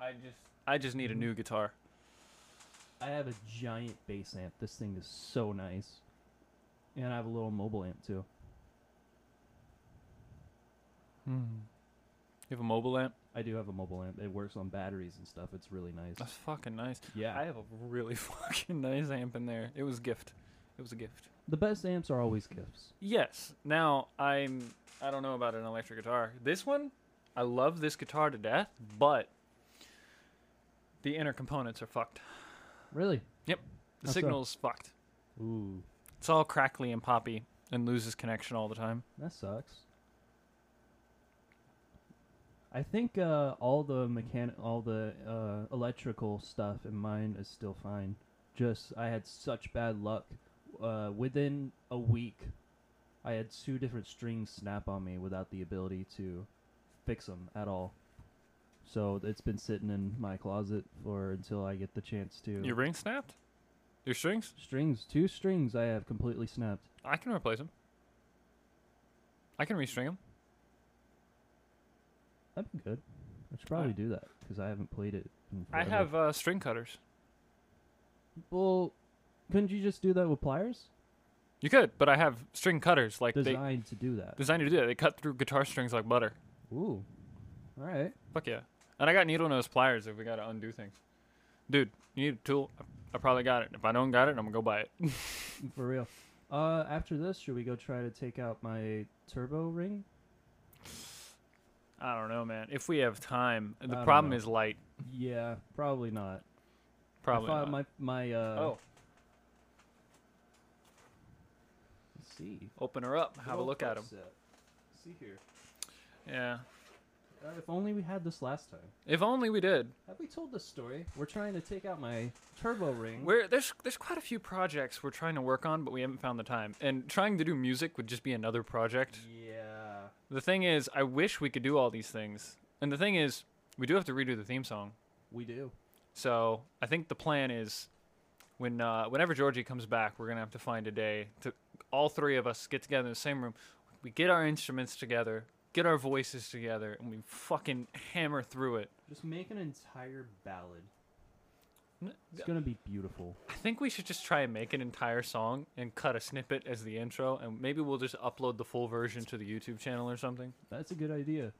I just I just need a
Mm-hmm.
new guitar.
I have a giant bass amp. This thing is so nice, and I have a little mobile amp too. Mm-hmm.
You have a mobile amp?
I do have a mobile amp. It works on batteries and stuff. It's really nice.
That's fucking nice.
Yeah,
I have a really fucking nice amp in there. It was a gift. It was a gift.
the best amps are always gifts.
Yes. Now I'm. I don't know about an electric guitar. This one, I love this guitar to death, but the inner components are fucked.
Really?
The
How so?
signal's fucked.
Ooh,
It's all crackly and poppy and loses connection all the time.
that sucks. I think uh, all the mechanic, all the uh, electrical stuff in mine is still fine. Just I had such bad luck. Uh, within a week, I had two different strings snap on me without the ability to fix them at all. So it's been sitting in my closet for until I get the chance to.
Your ring snapped. Your strings.
strings, two strings I have completely snapped.
I can replace them. I can restring them.
That'd be good. I should probably do that because I haven't played it. In
I
forever.
have uh, string cutters.
Well, couldn't you just do that with pliers?
You could, but I have string cutters. Like they
Designed to do that.
designed to do that. They cut through guitar strings like butter.
Ooh. All right.
Fuck yeah. And I got needle nose pliers if we gotta undo things. Dude, you need a tool? I- I probably got it. If I don't got it, I'm gonna go buy it.
For real. Uh, after this, should we go try to take out my turbo ring?
I don't know, man. If we have time,
I
the
don't
problem
know.
is light.
Yeah, probably not.
Probably.
I
not.
thought my my uh.
oh,
Let's see.
open her up. Have a
Little
look at him.
upset. See here.
Yeah.
Uh, if only we had this last time.
If only we did.
Have we told this story? We're trying to take out my turbo ring.
We're, there's there's quite a few projects we're trying to work on, but we haven't found the time. And trying to do music would just be another project.
Yeah.
The thing is, I wish we could do all these things. And the thing is, we do have to redo the theme song.
We do.
So I think the plan is, when uh, whenever Georgie comes back, we're gonna have to find a day to all three of us get together in the same room. We get our instruments together, get our voices together, and we fucking hammer through it.
Just make an entire ballad.
N-
It's gonna be beautiful.
I think we should just try and make an entire song and cut a snippet as the intro, and maybe we'll just upload the full version to the YouTube channel or something.
That's a good idea.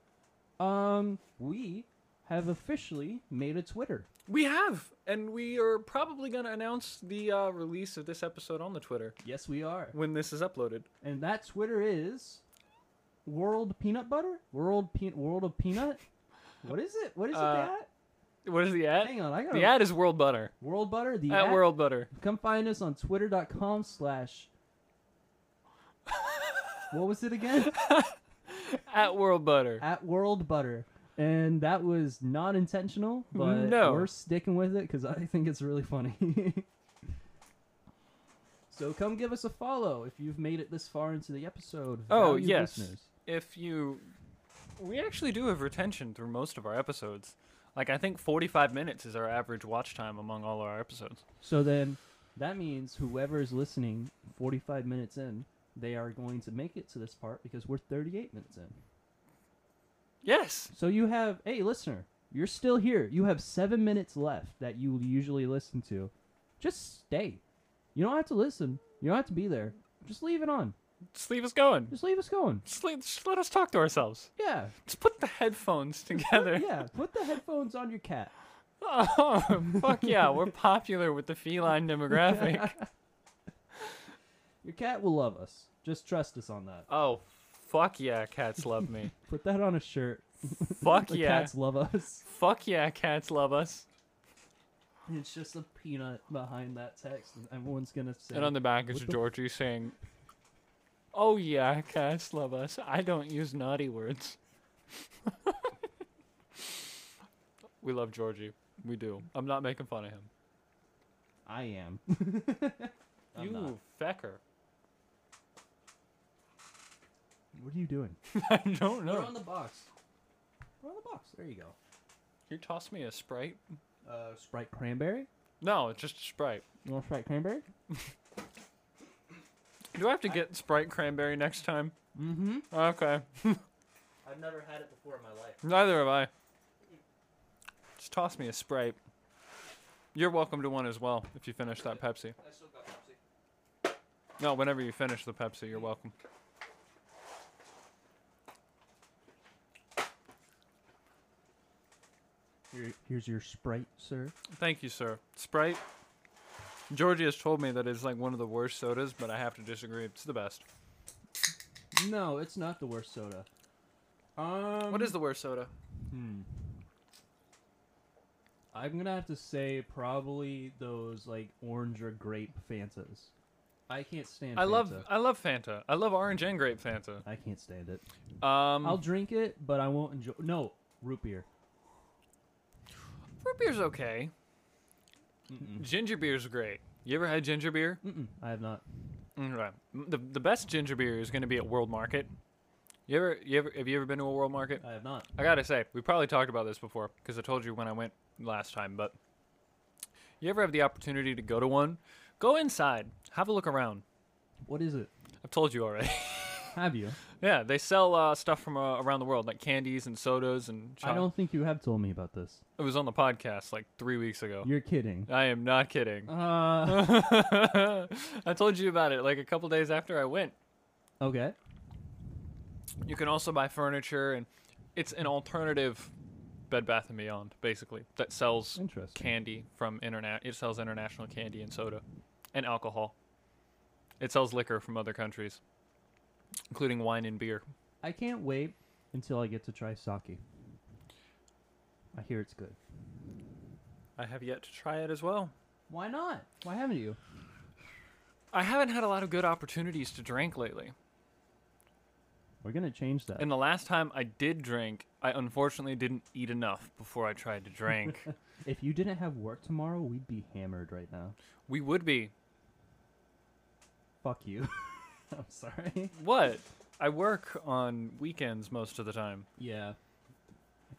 Um, we have officially made a Twitter.
We have, and we are probably gonna announce the uh, release of this episode on the Twitter
Yes, we are.
when this is uploaded.
And that Twitter is World Peanut Butter? World Pe- World of Peanut? What is it? What is
Uh,
it
What is the
at?
ad?
Hang on, I got
The ad is World Butter.
World Butter, the
At
at?
World Butter.
Come find us on twitter.com slash What was it again?
At World Butter.
at World Butter. And that was not intentional, but
No.
we're sticking with it because I think it's really funny. so come give us a follow if you've made it this far into the episode.
Oh,
Valued
yes.
listeners.
If you. We actually do have retention through most of our episodes. Like, I think 45 minutes is our average watch time among all our episodes.
So then that means whoever is listening 45 minutes in, they are going to make it to this part because we're 38 minutes in.
Yes!
So you have, hey, listener, you're still here. You have seven minutes left that you usually listen to. Just stay. You don't have to listen. You don't have to be there. Just leave it on.
Just leave us going.
Just leave us going.
Just, leave, just let us talk to ourselves.
Yeah.
Just put the headphones together.
Yeah. Put the headphones on your cat.
Oh, fuck yeah. We're popular with the feline demographic.
Your cat will love us. Just trust us on that.
Oh, fuck yeah. Cats love me.
Put that on a shirt.
Fuck
The
yeah.
cats love us.
Fuck yeah. Cats love us.
It's just a peanut behind that text, and everyone's gonna say.
And on the back is
What the-
Georgie saying, "Oh yeah, cats love us. I don't use naughty words. we love Georgie. We do. I'm not making fun of him.
I am. I'm
you
not.
fecker.
What are you doing?
I don't
We're
know.
on the box. We're on the box. There you go.
you toss me a sprite?
Uh, Sprite cranberry.
No, it's just a sprite.
You want Sprite cranberry?
Do I have to get Sprite cranberry next time?
Mm-hmm.
Okay.
I've never had it before in my life.
Neither have I. Just toss me a Sprite. You're welcome to one as well if you finish that Pepsi.
I still got Pepsi.
No, whenever you finish the Pepsi, you're welcome.
Here, here's your Sprite, sir.
Thank you, sir. Sprite. Georgie has told me that it's like one of the worst sodas, but I have to disagree. It's the best.
No, it's not the worst soda. Um,
What is the worst soda?
Hmm. I'm gonna have to say probably those like orange or grape Fantas. I can't stand.
I
Fanta.
love I love Fanta. I love orange and grape Fanta.
I can't stand it.
Um,
I'll drink it, but I won't enjoy. No root beer.
Root beer's okay. Ginger beer's great. You ever had ginger beer?
Mm-mm, I have not.
Okay. Mm, M- The the best ginger beer is going to be at World Market. You ever you ever have you ever been to a World Market?
I have not.
I gotta say we probably talked about this before because I told you when I went last time. But you ever have the opportunity to go to one? Go inside, have a look around.
What is it?
I've told you already.
Have you?
yeah, they sell uh, stuff from uh, around the world like candies and sodas and.
I
choc-
don't think you have told me about this.
It was on the podcast like three weeks ago.
You're kidding.
I am not kidding.
Uh,
I told you about it like a couple days after I went.
okay.
You can also buy furniture, and it's an alternative Bed Bath and Beyond, basically, that sells
Interesting.
candy from interna- It sells international candy and soda, and alcohol. It sells liquor from other countries, including wine and beer.
I can't wait until I get to try sake. I hear it's good.
I have yet to try it as well.
Why not? Why haven't you?
I haven't had a lot of good opportunities to drink lately.
We're gonna change that.
And the last time I did drink, I unfortunately didn't eat enough before I tried to drink.
If you didn't have work tomorrow, we'd be hammered right now.
we would be.
Fuck you. I'm sorry.
What? I work on weekends most of the time.
Yeah.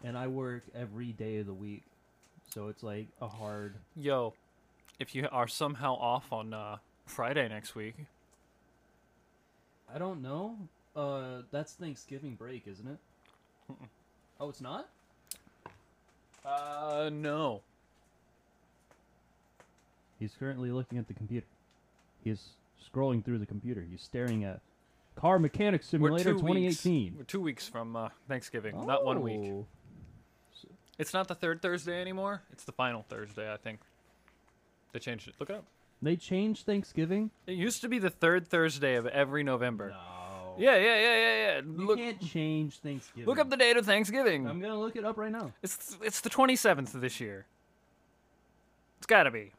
And I work every day of the week, so it's like a hard.
Yo, if you are somehow off on uh, Friday next week,
I don't know. Uh, that's Thanksgiving break, isn't it? Oh, it's not.
uh, no.
He's currently looking at the computer. He's scrolling through the computer. He's staring at Car Mechanic Simulator
we're two
2018.
Weeks, we're two weeks from uh, Thanksgiving, not one week.
Oh.
It's not the third Thursday anymore. It's the final Thursday, I think. They changed it. Look it up.
They changed Thanksgiving.
It used to be the third Thursday of every November.
No.
Yeah, yeah, yeah, yeah, yeah.
You
Look,
can't change Thanksgiving.
look up the date of Thanksgiving.
I'm gonna look it up right now.
It's it's the 27th of this year. It's got to be.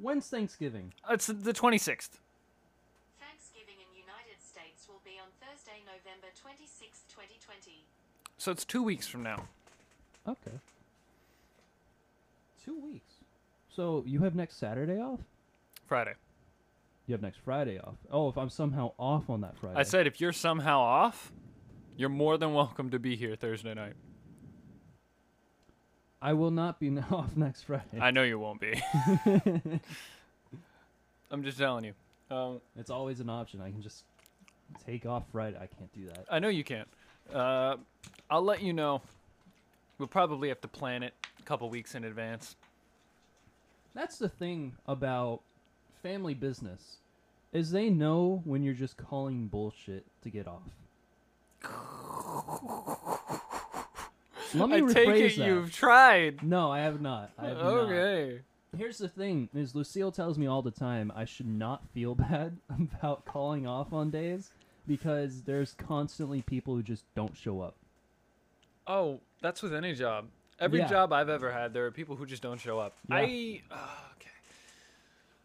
When's Thanksgiving?
It's the 26th.
Thanksgiving in United States will be on Thursday, November 26, 2020.
So it's 2 weeks from now.
Okay. Two weeks. So you have next Saturday off.
Friday.
You have next Friday off. Oh, if I'm somehow off on that Friday.
I said if you're somehow off, you're more than welcome to be here Thursday night.
I will not be off next Friday.
I know you won't be. I'm just telling you. Um,
it's always an option. I can just take off Friday. I can't do that.
I know you can't. Uh, I'll let you know. We'll probably have to plan it a couple weeks in advance.
That's the thing about family business is they know when you're just calling bullshit to get off. Let me
I
rephrase
take it
that.
you've tried.
No, I have not. I have not.
Okay.
Here's the thing: is Lucille tells me all the time I should not feel bad about calling off on days because there's constantly people who just don't show up.
Oh, that's with any job. Every
Yeah.
job I've ever had, there are people who just don't show up.
Yeah.
I ah, okay.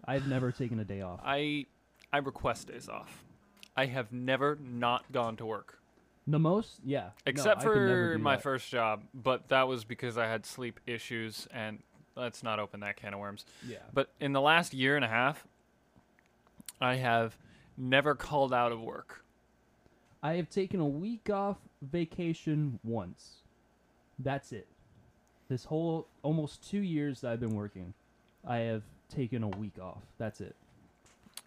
I've never taken a day off.
I I request days off. I have never not gone to work
The most, yeah, No,
except
I could never
for
do
my
that.
first job, but that was because I had sleep issues and let's not open that can of worms.
Yeah,
But in the last year and a half, I have never called out of work.
I have taken a week off vacation once. That's it. This whole almost two years that I've been working, I have taking a week off. That's it.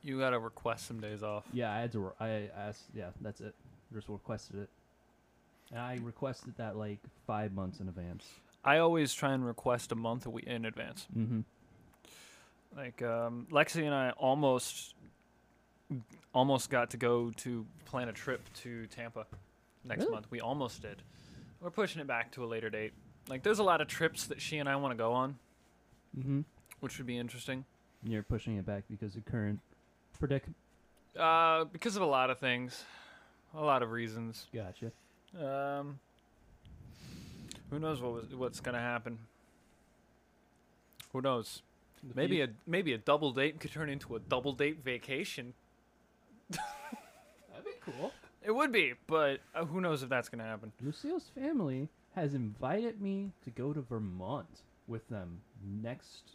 You gotta request some days off.
Yeah, I had to. re- I asked. Yeah, that's it. Just requested it. And I requested that like five months in advance.
I always try and request a month a week in advance.
Mm-hmm.
Like um, Lexi and I almost almost got to go to plan a trip to Tampa next
Really?
month. We almost did. We're pushing it back to a later date. Like there's a lot of trips that she and I want to go on,
Mm-hmm.
which would be interesting.
You're pushing it back because of current predic.
Uh, because of a lot of things, a lot of reasons.
Gotcha.
Um, who knows what was, what's gonna happen? Who knows? Maybe a maybe a double date could turn into a double date vacation.
that'd be cool.
It would be, but uh, who knows if that's gonna happen?
Lucille's family has invited me to go to Vermont with them next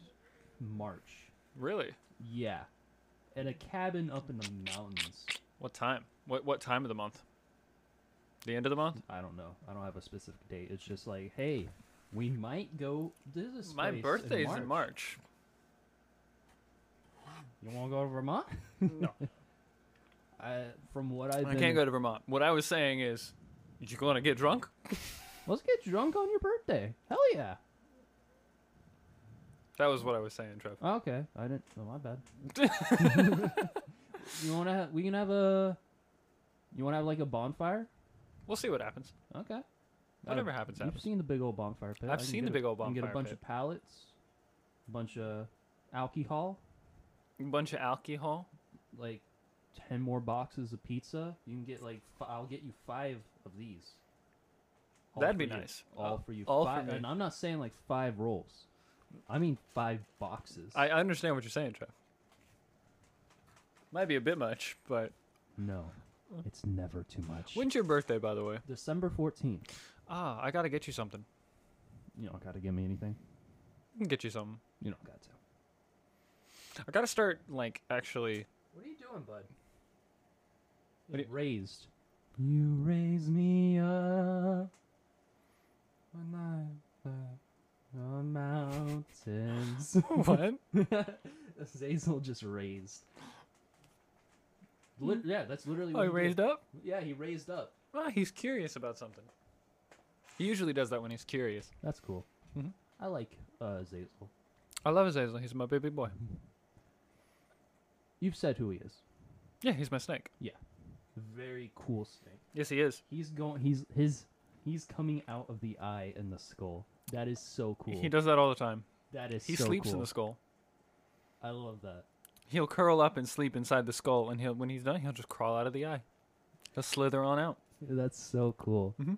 March.
Really?
Yeah, at a cabin up in the mountains.
What time? What what time of the month? The end of the month?
I don't know. I don't have a specific date. It's just like, hey, we might go. This is
My birthday's in March.
You want to go to Vermont?
No.
I, from what I've
I
been,
can't go to Vermont. What I was saying is, you gonna get drunk?
Let's get drunk on your birthday. Hell yeah.
That was what I was saying, Trev.
Okay, I didn't. Oh, my bad. You want to? We can have a. You want to have like a bonfire?
we'll see what happens.
Okay.
Whatever happens,
I've
happens.
seen the big old bonfire pit.
I've
I can
seen
get
the big old
I can Get a
bonfire
bunch
pit.
of pallets, a bunch of alcohol,
A bunch of alcohol.
like ten more boxes of pizza. You can get like f- I'll get you five of these.
That'd
for
be
you.
nice.
All
Uh,
for you.
all for
five,
me.
And I'm not saying like five rolls. I mean five boxes.
I I understand what you're saying, Trev. Might be a bit much, but
no,
Uh.
it's never too much.
when's your birthday, by the way?
December fourteenth.
Ah, I gotta get you something.
You don't gotta give me anything.
Get you something.
You don't got to.
I gotta start like actually.
What are you doing, bud?
What do you-
raised. You raise me up when I'm on mountains.
what?
Zazel just raised. Lit- yeah, that's literally
Oh,
what
he
he
raised
did.
up.
Yeah, he raised up.
Ah, he's curious about something. He usually does that when he's curious.
That's cool.
Mhm.
Mm-hmm. I like uh, Zazel.
I love Azazel. He's my baby boy.
You've said who he is.
Yeah, he's my snake.
Very cool snake.
Yes, he is.
He's going. He's his. He's coming out of the eye and the skull. That is so cool.
He does that all the time.
That is
He
so
sleeps in
cool.
the skull.
I love that.
He'll curl up and sleep inside the skull, and he'll when he's done, he'll just crawl out of the eye. He'll slither on out.
That's so cool.
Mhm.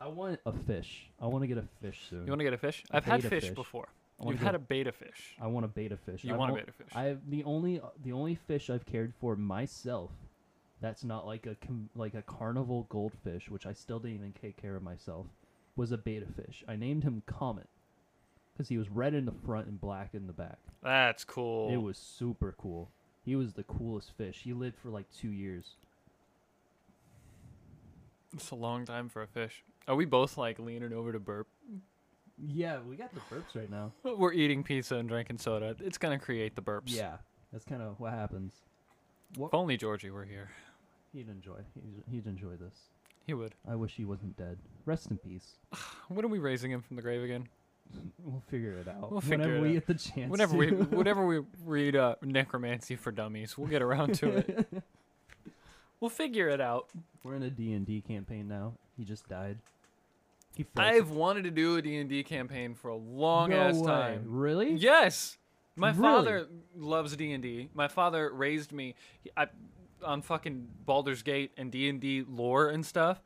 I want a fish. I want to get a fish soon.
You want to get a fish?
A
I've had
beta
fish,
fish.
before.
I wanna
You've
get
had
a-
a beta fish.
I want a beta fish.
You
I
want a
won't-
beta fish.
I the only the only fish I've cared for myself. That's not like a com- like a carnival goldfish, which I still didn't even take care of myself. Was a beta fish. I named him Comet because he was red in the front and black in the back.
That's cool.
It was super cool. He was the coolest fish. He lived for like two years.
It's a long time for a fish. Are we both like leaning over to burp?
Yeah, we got the burps right now.
We're eating pizza and drinking soda. It's gonna create the burps.
Yeah, that's kind of what happens.
If only Georgie were here,
He'd enjoy. He'd, he'd enjoy this.
he would.
I wish he wasn't dead. Rest in peace.
When are we raising him from the grave again?
We'll figure it out.
We'll
whenever
figure it
we
out.
get the chance.
Whenever we,
to.
whenever we read uh, Necromancy for Dummies, we'll get around to it. we'll figure it out.
We're in a D and D campaign now. He just died. He fell.
I've wanted to do a D&D campaign for a long ass time.
Really?
Yes. My
Really?
father loves D&D. My father raised me he- I, on fucking Baldur's Gate and D&D lore and stuff.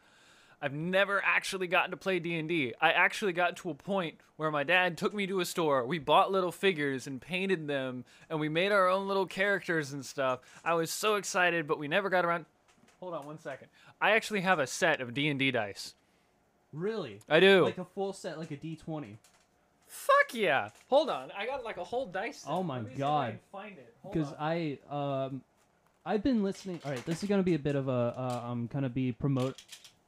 I've never actually gotten to play D&D. I actually got to a point where my dad took me to a store. We bought little figures and painted them and we made our own little characters and stuff. I was so excited, but we never got around Hold on one second. I actually have a set of D&D dice.
Really?
I do.
Like a full set, like a D twenty.
Fuck yeah! Hold on, I got like a whole dice. Set.
Oh my
Let me see if I
God.
can Find it. Hold
because
on.
I um I've been listening. All right, this is gonna be a bit of a uh, I'm gonna be promote.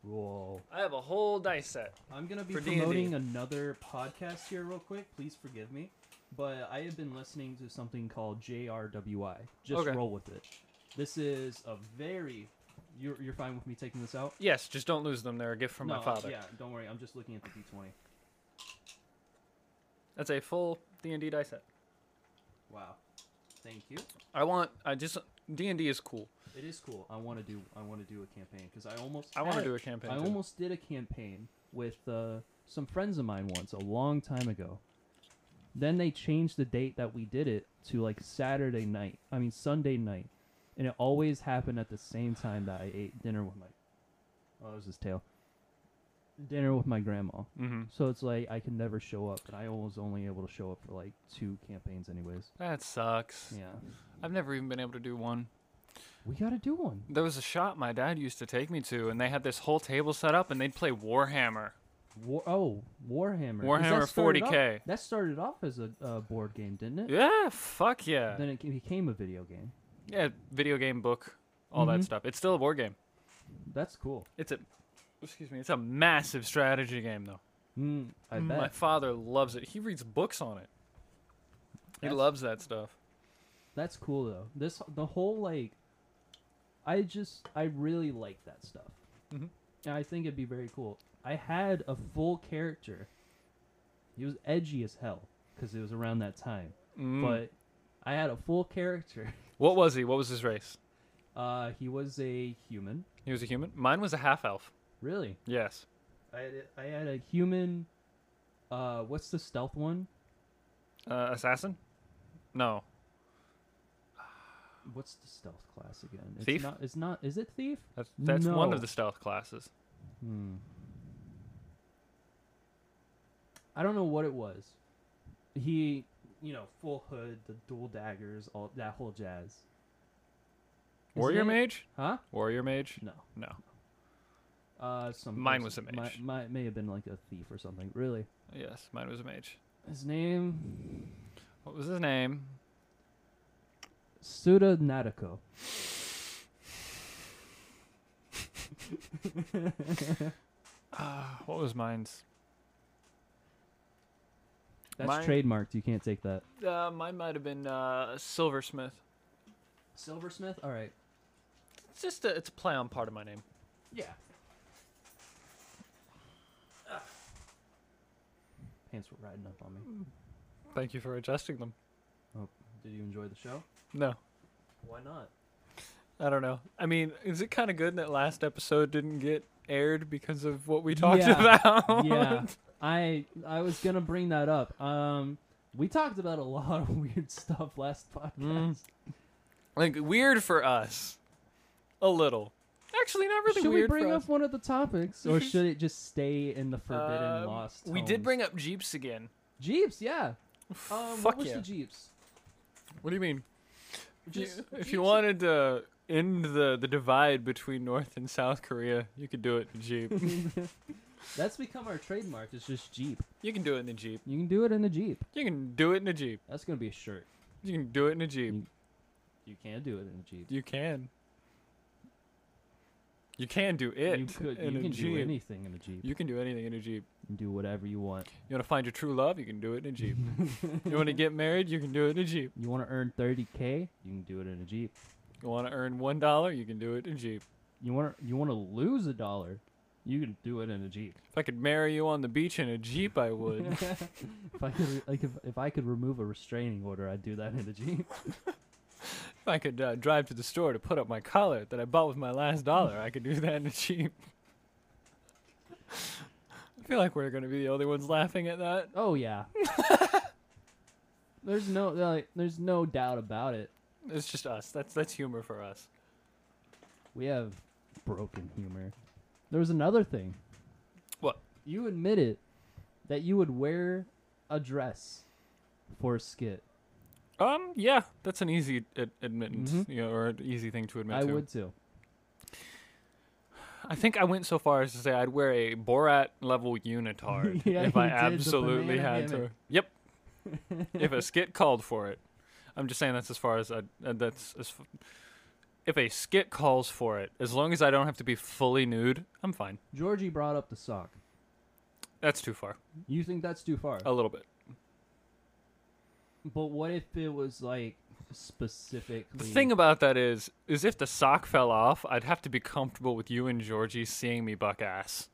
Whoa!
I have a whole dice set.
I'm gonna be
For D&D.
promoting another podcast here real quick. Please forgive me. but I have been listening to something called JRWI. Just
Okay.
roll with it. This is a very. You're, you're fine with me taking this out?
Yes, just don't lose them. They're a gift from
no,
my father.
Yeah, don't worry. I'm just looking at the d20.
That's a full D and D die set.
Wow. Thank you.
I want. I just D and D is cool.
It is cool. I want to do. I want to do a campaign because I almost.
I want to
had-
do a campaign.
I
too.
almost did a campaign with uh, some friends of mine once a long time ago. Then they changed the date that we did it to like Saturday night. I mean Sunday night, and it always happened at the same time that I ate dinner with my. Oh, that was his tail. Dinner with my grandma.
Mhm.
So it's like I can never show up, and I was only able to show up for like two campaigns, anyways.
That sucks.
Yeah,
I've never even been able to do one.
we gotta do one.
There was a shop my dad used to take me to, and they had this whole table set up, and they'd play Warhammer.
War- oh, Warhammer. 'Cause
Warhammer
that started
40K.
off- That started off as a uh, board game, didn't it?
Yeah, fuck yeah.
Then it ca- became a video game.
Yeah, video game, book, all that
Mhm.
stuff. It's still a board game.
That's cool.
It's a, excuse me, it's a massive strategy game though.
Mm, I bet.
My father loves it. He reads books on it. He
That's-
loves that stuff.
That's cool though. This the whole like, I just I really like that stuff.
Mhm.
And I think it'd be very cool. I had a full character. He was edgy as hell because it was around that time.
Mm.
But I had a full character.
what was he? What was his race?
Uh, he was a human.
He was a human. Mine was a half elf.
Really,
Yes.
I had a, I had a human. Uh, what's the stealth one?
Uh, assassin? No.
What's the stealth class again? It's
Thief?
Not, it's not. Is it thief?
That's, that's one
No.
of the stealth classes.
Hmm. I don't know what it was. He, you know, full hood, the dual daggers, all that whole jazz. His
Warrior
name-
mage?
Huh?
Warrior mage?
No.
No.
Uh, some.
Mine
it
was a mage.
My, my, may have been like a thief or something. Really.
Yes, mine was a mage.
His name,
What was his name?
Suda Natako.
Ah, what was mine's?
That's
Mine-
trademarked. You can't take that.
Uh, mine might have been uh, silversmith.
Silversmith. All right.
It's just a, it's a play on part of my name.
Yeah. Pants were riding up on me.
Thank you for adjusting them.
Did you enjoy the show?
No,
Why not?
I don't know. I mean, is it kind of good that last episode didn't get aired because of what we talked
Yeah.
about?
yeah, I I was gonna bring that up. Um, we talked about a lot of weird stuff last podcast.
Mm. like weird for us, a little. Actually, not really
should we
weird
bring
for
up
us. Mm-hmm.
one of the topics, or should it just stay in the forbidden
Um,
lost?
We did
tones?
bring up jeeps again.
jeeps. Yeah. Um,
Fuck
what was
yeah.
the jeeps?
What do you mean?
Just
if
Jeeps-
you wanted to end the, the divide between North and South Korea, you could do it in Jeep.
That's become our trademark. It's just jeep.
you can do it in a Jeep.
You can do it in a jeep.
You can do it in a Jeep.
That's gonna be a shirt.
You can do it in a Jeep.
You can do it in a jeep.
You can. You can do it
you could.
in
You
a
can
Jeep.
do anything in a jeep. You
you can do anything in a Jeep.
can do whatever you want.
You want to find your true love? You can do it in a Jeep. you want to get married? You can do it in a Jeep.
You want to earn 30k? You can do it in a jeep.
You want to earn $1? You can do it in a Jeep.
You want to you want to lose a dollar? You can do it in a jeep.
If I could marry you on the beach in a Jeep, I would.
If I could, like, if, if I could remove a restraining order, I'd do that in a jeep.
If I could uh, drive to the store to put up my collar that I bought with my last dollar, I could do that in a Jeep. I feel like we're going to be the only ones laughing at that.
Oh yeah. there's no like, there's no doubt about it.
It's just us. That's that's humor for us.
We have broken humor. There was another thing.
What?
You admitted that you would wear a dress for a skit.
Um, yeah, that's an easy ad- admittance,
Mhm.
you know, or an easy thing to admit
I
to.
would too.
I think I went so far as to say I'd wear a Borat level unitard
Yeah,
if I
you did, the
absolutely
banana
had to.
hammock.
Yep. if a skit called for it, I'm just saying that's as far as I. Uh, that's as. F- if a skit calls for it, as long as I don't have to be fully nude, I'm fine.
Georgie brought up the sock.
That's too far. Oh.
You think that's too far?
A little bit.
But what if it was like specifically
The thing about that is, is if the sock fell off, I'd have to be comfortable with you and Georgie seeing me buck ass.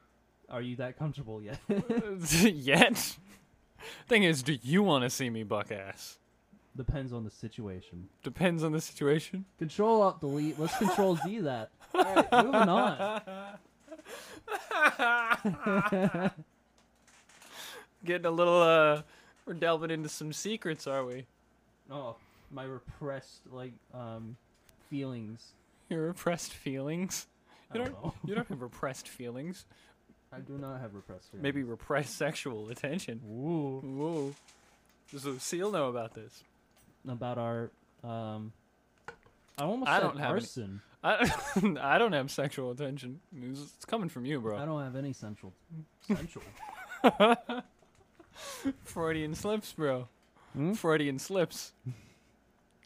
Are you that comfortable yet?
Yet. Thing is, do you want to see me buck ass?
Depends on the situation.
Depends on the situation.
Control Alt Delete. Let's Control Z that. All right, moving on.
Getting a little, uh, we're delving into some secrets, are we?
Oh, my repressed like um feelings.
Your repressed feelings?
I
You
don't know.
you don't have repressed feelings.
I do not have repressed feelings.
Maybe repressed sexual attention.
Ooh.
Whoa. Does Lucille know about this?
About our um. I almost
I
said
don't have any-
arson.
I, I don't have sexual attention. It's, it's coming from you,
I
bro.
don't have any central. Central.
Freudian slips, bro.
Hmm?
Freudian slips.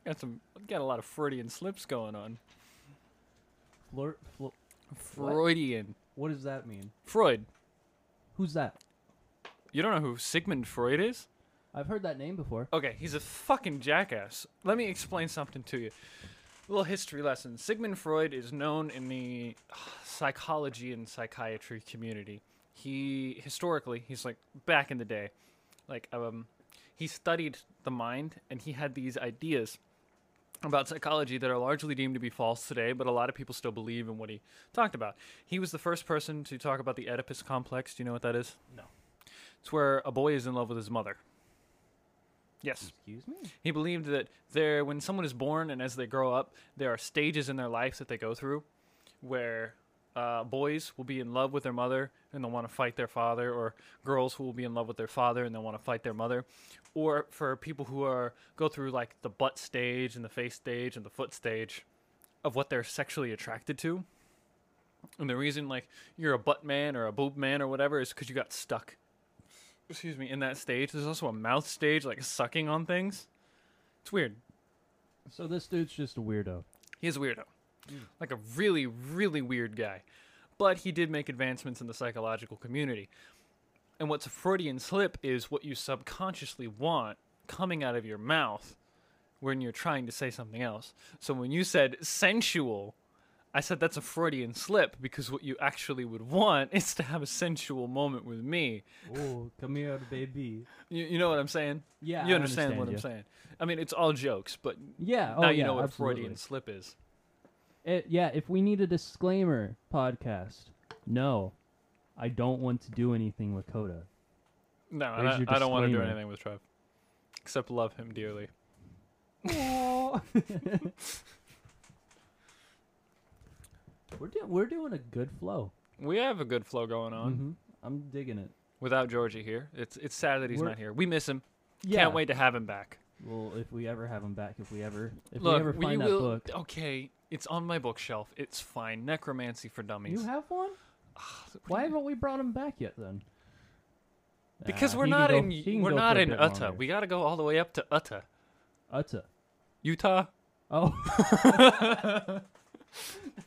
Got some. Got a lot of Freudian slips going on.
Flirt. Fl-
Freudian.
what does that mean?
Freud.
Who's that?
You don't know who Sigmund Freud is?
I've heard that name before.
Okay, he's a fucking jackass. Let me explain something to you. A little history lesson. Sigmund Freud is known in the psychology and psychiatry community. He historically, he's like back in the day, like um, he studied the mind and he had these ideas about psychology that are largely deemed to be false today, but a lot of people still believe in what he talked about. He was the first person to talk about the Oedipus complex. Do you know what that is?
No.
It's where a boy is in love with his mother. Yes.
Excuse me.
He believed that there, when someone is born and as they grow up, there are stages in their lives that they go through, where uh, boys will be in love with their mother and they'll want to fight their father, or girls who will be in love with their father and they'll want to fight their mother, or for people who are go through like the butt stage and the face stage and the foot stage of what they're sexually attracted to. And the reason like you're a butt man or a boob man or whatever is because you got stuck. Excuse me, in that stage. There's also a mouth stage, like sucking on things. It's weird.
So this dude's just a weirdo.
He's a weirdo.
Hmm.
Like a really, really weird guy. But he did make advancements in the psychological community. And what's a Freudian slip is what you subconsciously want coming out of your mouth when you're trying to say something else. So when you said sensual, I said that's a Freudian slip because what you actually would want is to have a sensual moment with me.
Oh, come here, baby.
You, you know what I'm saying?
Yeah,
You
I
understand,
understand
what
you.
I'm saying. I mean, it's all jokes, but
Yeah. Oh,
now you
yeah,
know what
absolutely.
a Freudian slip is.
It, yeah, if we need a disclaimer podcast, no, I don't want to do anything with Coda.
No,
There's
and
your
I, I don't want to do
disclaimer.
anything with Trev, except love him dearly.
we're doing we're doing a good flow.
We have a good flow going on
Mhm. I'm digging it.
without Georgie here. It's it's sad that he's
We're-
not here. We miss him.
Yeah.
Can't wait to have him back.
Well, if we ever have him back, if we ever if
Look,
we ever find that
will.
book,
Okay, it's on my bookshelf. It's fine. Necromancy for Dummies.
you have one. Why haven't we brought him back yet then?
because
Nah,
we're
Uh, he can
not
go- he
in
can
we're
go
not
for a
in
bit
Utah.
longer.
We got to go all the way up to Utah,
Uta.
Utah.
Oh.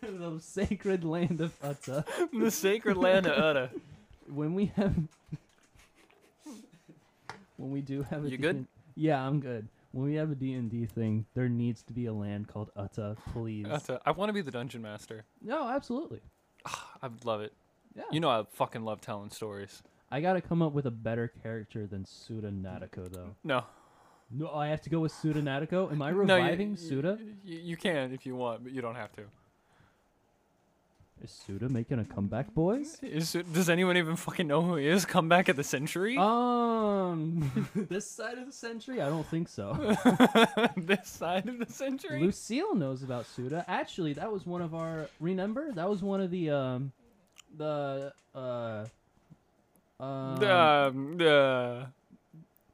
the sacred land of Uta.
the sacred land of Utah.
When we have when we do have a
You good?
D&D Yeah, I'm good. When we have a D&D thing, there needs to be a land called Uta, please.
Utah. I want to be the dungeon master.
No, absolutely.
I would love it.
Yeah.
You know I fucking love telling stories.
I got to come up with a better character than Suda Nautico though.
No,
No, I have to go with Suda Nautico. Am I
no, you-
reviving Suda?
You, you can if you want, but you don't have to.
Is Suda making a comeback, boys?
Is it, does anyone even fucking know who he is? Come back at the century?
Uh, Um, this side of the century, I don't think so.
this side of the century?
Lucille knows about Suda. Actually, that was one of our. Remember, that was one of the um, the uh, um,
um, uh,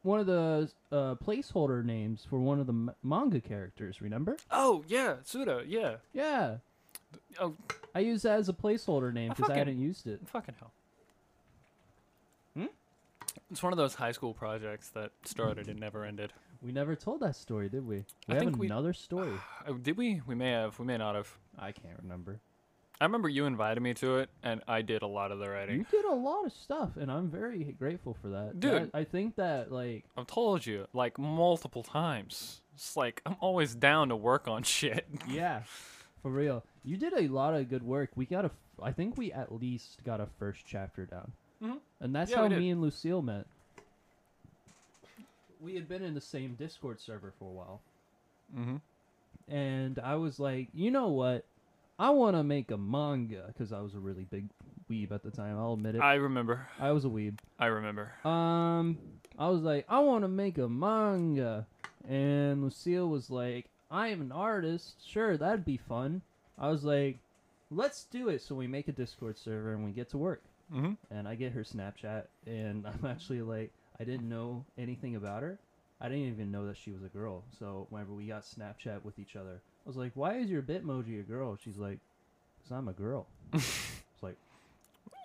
one of the uh placeholder names for one of the m- manga characters. Remember?
oh, yeah, Suda, yeah.
Yeah,
Oh,
I used that as a placeholder name
I
because I
fucking-
hadn't used it.
fucking hell.
Hmm?
It's one of those high school projects that started and never ended.
We never told that story, did we?
I
We have
think we-
another story.
Oh, did we? We may have. We may not have.
I can't remember.
I remember you invited me to it, and I did a lot of the writing.
You did a lot of stuff, and I'm very grateful for that.
Dude.
I, I think that like
I've told you like multiple times. It's like I'm always down to work on shit.
yeah, for real, you did a lot of good work. We got a, I think we at least got a first chapter down,
Mhm.
and that's
Yeah,
how
we did.
me and Lucille met. We had been in the same Discord server for a while,
mm-hmm.
and I was like, you know what, I want to make a manga because I was a really big weeb at the time. I'll admit it,
I remember.
I was a weeb.
I remember.
um i was like i want to make a manga and lucille was like i am an artist sure that'd be fun i was like let's do it so we make a discord server and we get to work
Mm-hmm.
and i get her snapchat and i'm actually like i didn't know anything about her i didn't even know that she was a girl so whenever we got snapchat with each other i was like why is your bitmoji a girl she's like because i'm a girl it's like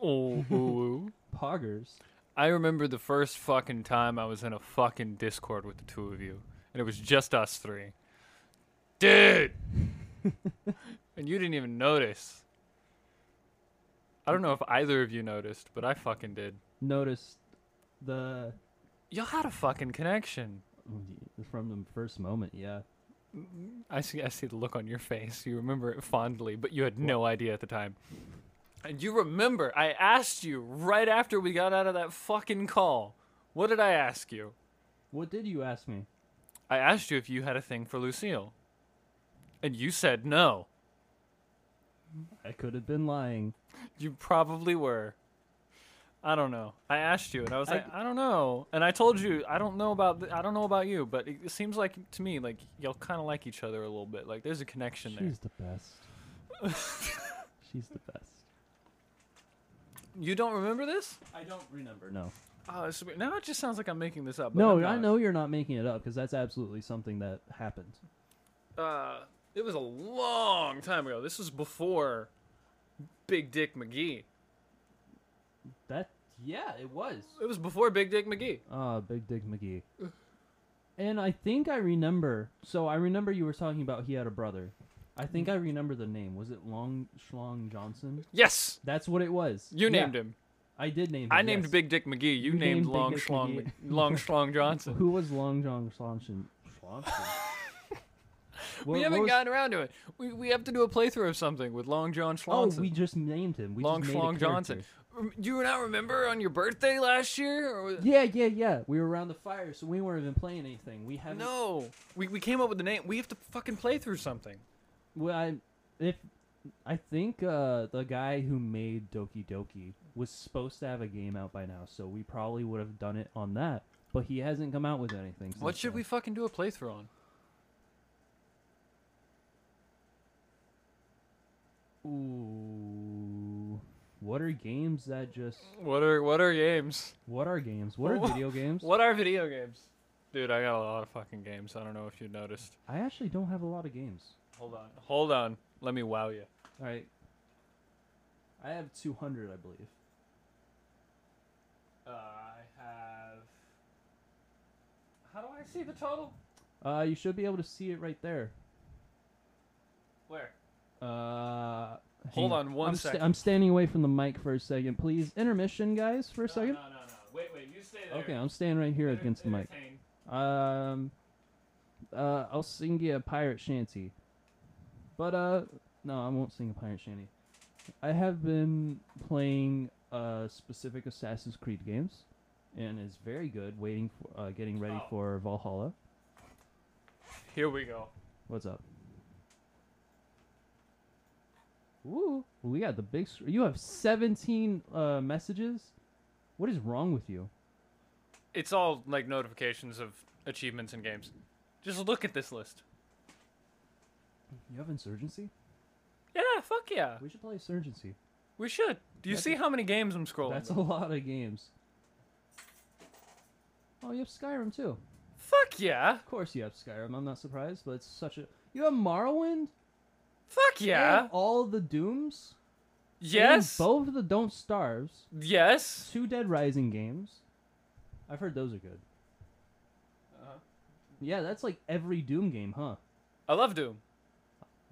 Oh, ooh, ooh.
poggers
I remember the first fucking time I was in a fucking Discord with the two of you, and it was just us three. Dude! and you didn't even notice. I don't know if either of you noticed, but I fucking did.
noticed the
Y'all had a fucking connection.
From the first moment, yeah.
I see I see the look on your face. You remember it fondly, but you had no idea at the time. And you remember I asked you right after we got out of that fucking call. What did I ask you?
What did you ask me?
I asked you if you had a thing for Lucille. And you said no.
I could have been lying.
You probably were. I don't know. I asked you, and I was
I-
like, I, don't know. And I told you, I don't know about, th- I don't know about you, but it, it seems like to me, like y'all kind of like each other a little bit. Like there's a connection there.
She's the best. She's the best.
You don't remember this?
I don't remember. No.
Oh, it's weird. Now it just sounds like I'm making this up. but
No,
I'm
I
not.
know you're not making it up because that's absolutely something that happened.
Uh, it was a long time ago. This was before Big Dick McGee.
That yeah, it was.
It was before Big Dick McGee.
Ah, Big Dick McGee. And I think I remember. So I remember you were talking about he had a brother. I think I remember the name. Was it Long Schlong Johnson?
Yes,
That's what it was.
you
Yeah,
named him.
I did name him.
I named
yes.
Big Dick McGee. You,
You named
named,
Big
Long
Dick
Schlong
McGee.
Long Schlong Johnson.
Who was Long John Schlonson? Schlonson?
we
What-
haven't
what was-
gotten around to it. We, we have to do a playthrough of something with Long John
Oh,
Schlonson.
we just named him. We
Long
just made a
Schlong Johnson.
character.
Rem- Do you not remember on your birthday last year? Or was...
Yeah, yeah, yeah. We were around the fire, so we weren't even playing anything. We haven't.
No, we, we came up with the name. We have to fucking play through something.
Well, I, if I think uh, the guy who made Doki Doki was supposed to have a game out by now, so we probably would have done it on that. But he hasn't come out with anything. since
What should we
then.
fucking do a playthrough on?
Ooh. What are games that just?
What are what are games?
What are games? What are
Wha-
video games?
What are video games? Dude, I got a lot of fucking games. I don't know if you noticed.
I actually don't have a lot of games.
Hold on. Hold on. Let me wow you.
All right. I have 200, I believe.
Uh, I have. How do I see the total?
Uh, you should be able to see it right there.
Where?
Uh,
Hold on one
I'm
second.
I'm standing away from the mic for a second, please. Intermission, guys, for a second.
No, no, no. Wait, wait. You stay there.
okay, I'm standing right here
Enter-
against the mic.
entertain.
Um, uh, I'll sing you a pirate shanty. But uh, no, I won't sing a pirate shanty. I have been playing uh specific Assassin's Creed games, and is very good. Waiting for uh, getting ready
Oh.
for Valhalla.
Here we go.
What's up? Woo! We got the big. Sc- you have 17 uh, messages. What is wrong with you?
It's all like notifications of achievements and games. Just look at this list.
You have insurgency.
Yeah, fuck yeah.
We should play insurgency.
We should. Do you
That's-
see how many games I'm scrolling?
That's a
through?
lot of games. Oh, you have Skyrim too.
Fuck yeah.
Of course you have Skyrim. I'm not surprised, but it's such a. You have Morrowind.
Fuck yeah.
And all the Dooms.
yes.
And both of the Don't Starves.
Yes.
Two Dead Rising games. I've heard those are good.
Uh-huh.
Yeah, that's like every Doom game, huh?
I love Doom.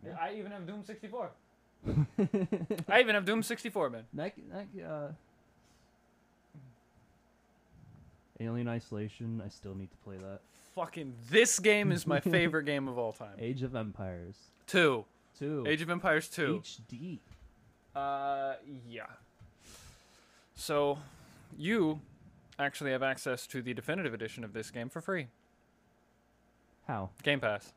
Yeah.
I even have Doom 64.
that,
I even have Doom 64, man.
that, uh, Alien Isolation. I still need to play that.
Fucking this game is my favorite game of all time.
Age of Empires
Two.
two.
Age of Empires 2.
HD.
Uh, yeah. So, you actually have access to the definitive edition of this game for free.
How?
Game Pass.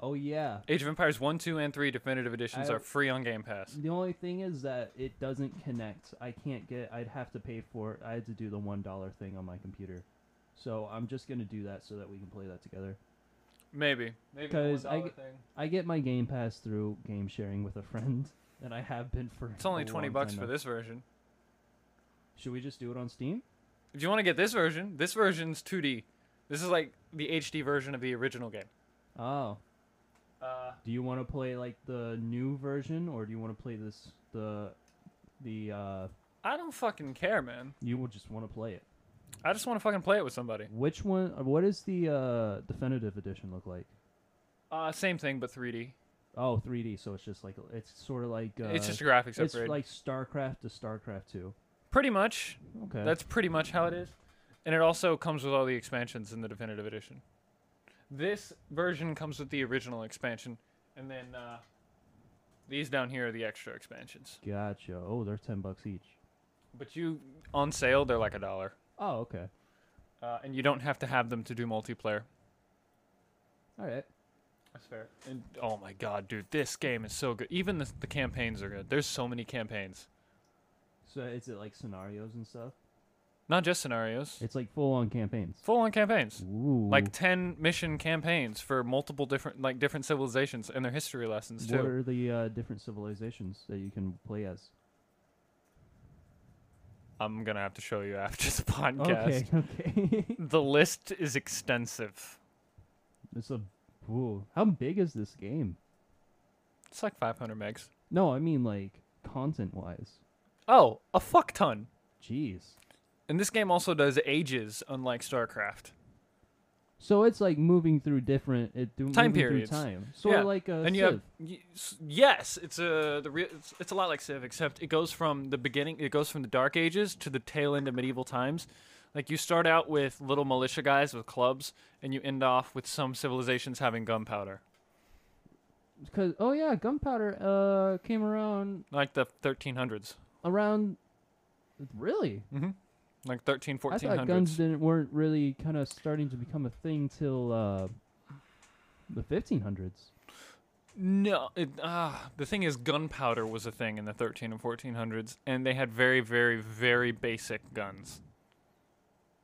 Oh yeah.
Age of Empires 1, 2, and 3 definitive editions
I-
are free on Game Pass.
The only thing is that it doesn't connect. I can't get. I'd have to pay for it. I had to do the one dollar thing on my computer. So I'm just gonna do that so that we can play that together.
Maybe. Maybe the
Because I
$1
g-
thing.
I get my Game Pass through game sharing with a friend, and I have been for.
It's only
a
20
long
bucks
Oh, time
for
now.
this version.
Should we just do it on Steam?
If you want to get this version, this version's 2D. This is like the HD version of the original game.
Oh,
Uh,
do you want to play like the new version, or do you want to play this the the uh?
I don't fucking care, man.
You will just want to play it.
I just want to fucking play it with somebody.
Which one? uh, What does the uh definitive edition look like?
Uh, same thing, but 3D.
Oh, 3D. So it's just like it's sort of like uh,
it's just a graphics
it's
upgrade.
like StarCraft to StarCraft Two.
pretty much.
Okay.
That's pretty much how it is. And it also comes with all the expansions in the definitive edition. This version comes with the original expansion, and then uh, these down here are the extra expansions.
gotcha. Oh, they're ten bucks each.
But you on sale, they're like a dollar,
Oh, okay.
uh, and you don't have to have them to do multiplayer.
All right.
That's fair. And oh my god, dude, this game is so good. Even the, the campaigns are good. There's so many campaigns,
So is it like scenarios and stuff?
not just scenarios,
It's like full on campaigns.
full on campaigns.
Ooh.
Like ten mission campaigns for multiple different like different civilizations and their history lessons
what
too.
are the uh, different civilizations that you can play as?
I'm gonna have to show you after the podcast.
Okay. Okay.
The list is extensive.
it's a. Ooh. How big is this game?
It's like 500 megs.
No, I mean like content wise.
Oh, a fuck ton.
Jeez.
And this game also does ages, unlike StarCraft.
So it's like moving through different it do,
Time
moving
periods.
Through time. Sort
Yeah.
of like a
and you
Civ.
have y- s- yes, it's a the real it's, it's a lot like Civ, except it goes from the beginning. It goes from the Dark Ages to the tail end of medieval times. Like you start out with little militia guys with clubs, and you end off with some civilizations having gunpowder,
Cause oh yeah, gunpowder uh came around
like the 1300s,
around. Really,
like 13,
I
1400s.
thought guns didn't weren't really kind of starting to become a thing till uh the 1500s.
No, it, uh, the thing is, gunpowder was a thing in the 13 and 1400s, and they had very, very, very basic guns.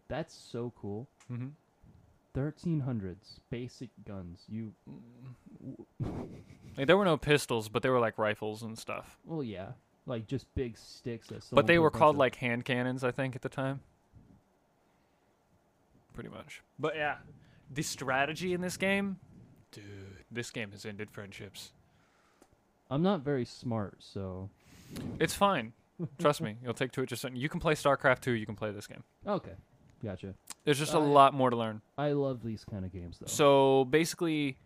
That's so cool.
Mm-hmm.
1300s basic guns. You
Like, there were no pistols, but they were like rifles and stuff.
well yeah, like just big sticks. That
but
someone
they
put a
were
bunch
called
of-
like hand cannons, I think, at the time. Pretty much. But yeah, the strategy in this game, dude, this game has ended friendships.
I'm not very smart, so
It's fine. Trust me, you'll take to it just. You can play StarCraft 2, you can play this game.
okay, gotcha.
There's just a
Oh, yeah.
lot more to learn.
I love these kind of games though.
So basically,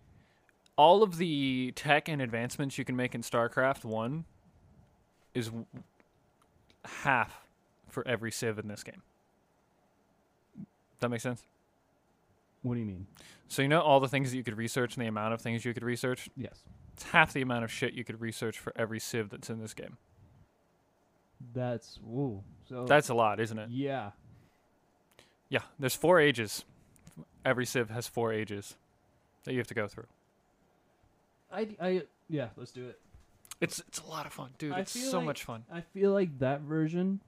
all of the tech and advancements you can make in StarCraft One is w- half for every Civ in this game. That makes sense.
what do you mean?
So you know all the things that you could research and the amount of things you could research.
Yes.
It's half the amount of shit you could research for every Civ that's in this game.
That's woo. So
That's a lot, isn't it?
yeah.
Yeah. There's four ages. Every Civ has four ages that you have to go through.
I I yeah. Let's do it.
It's it's a lot of fun, dude.
I
it's
feel
so
like-
much fun.
I feel like that version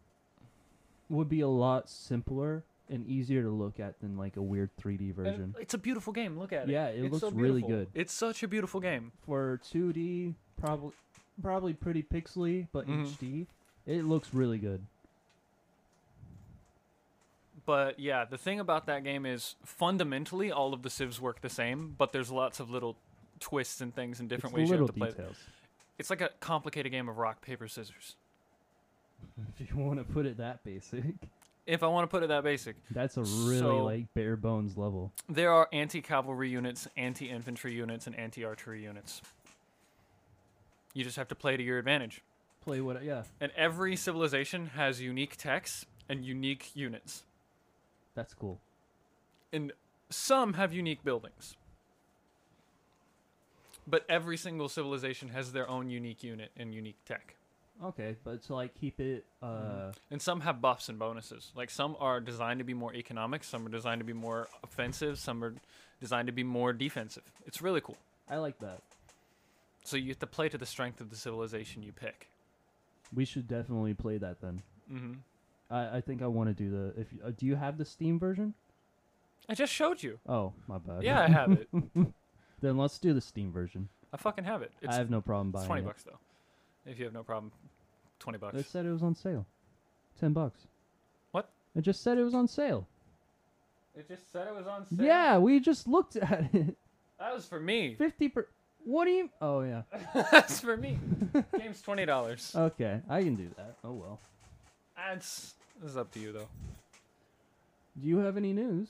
would be a lot simpler and easier to look at than like a weird 3D
And
version.
It's a beautiful game. Look at it.
Yeah, it
It's
looks
so
really
beautiful.
good.
It's such a beautiful game.
For 2D, probably probably pretty pixely, but
Mhm.
HD, it looks really good.
But yeah, the thing about that game is fundamentally all of the civs work the same, but there's lots of little twists and things and different
it's
ways
the
you have
little
to play.
details.
It's like a complicated game of rock paper scissors.
If you want to put it that basic,
If I want to put it that basic,
that's a really
So-
like bare bones level.
there are anti-cavalry units, anti-infantry units, and anti-archery units. You just have to play to your advantage.
Play what? Yeah,
And every civilization has unique techs and unique units.
that's cool.
And some have unique buildings. But every single civilization has their own unique unit and unique tech.
Okay, but to like keep it, uh,
And some have buffs and bonuses. Like some are designed to be more economic, some are designed to be more offensive, some are designed to be more defensive. It's really cool.
I like that.
So you have to play to the strength of the civilization you pick.
We should definitely play that then.
Mm-hmm.
I, I think I want to do the. If you- uh, do you have the Steam version?
I just showed you.
Oh, my bad.
Yeah, I have it.
then let's do the Steam version.
I fucking have it. It's,
I have no problem buying
it's 20
it.
bucks though. If you have no problem, 20 bucks.
It said it was on sale. Ten bucks.
What?
It just said it was on sale.
It just said it was on
Yeah, we just looked at it.
That was for me.
Fifty per. What do you? Oh yeah.
That's for me. Game's twenty dollars.
Okay, I can do that. Oh well.
That's this is up to you though.
Do you have any news?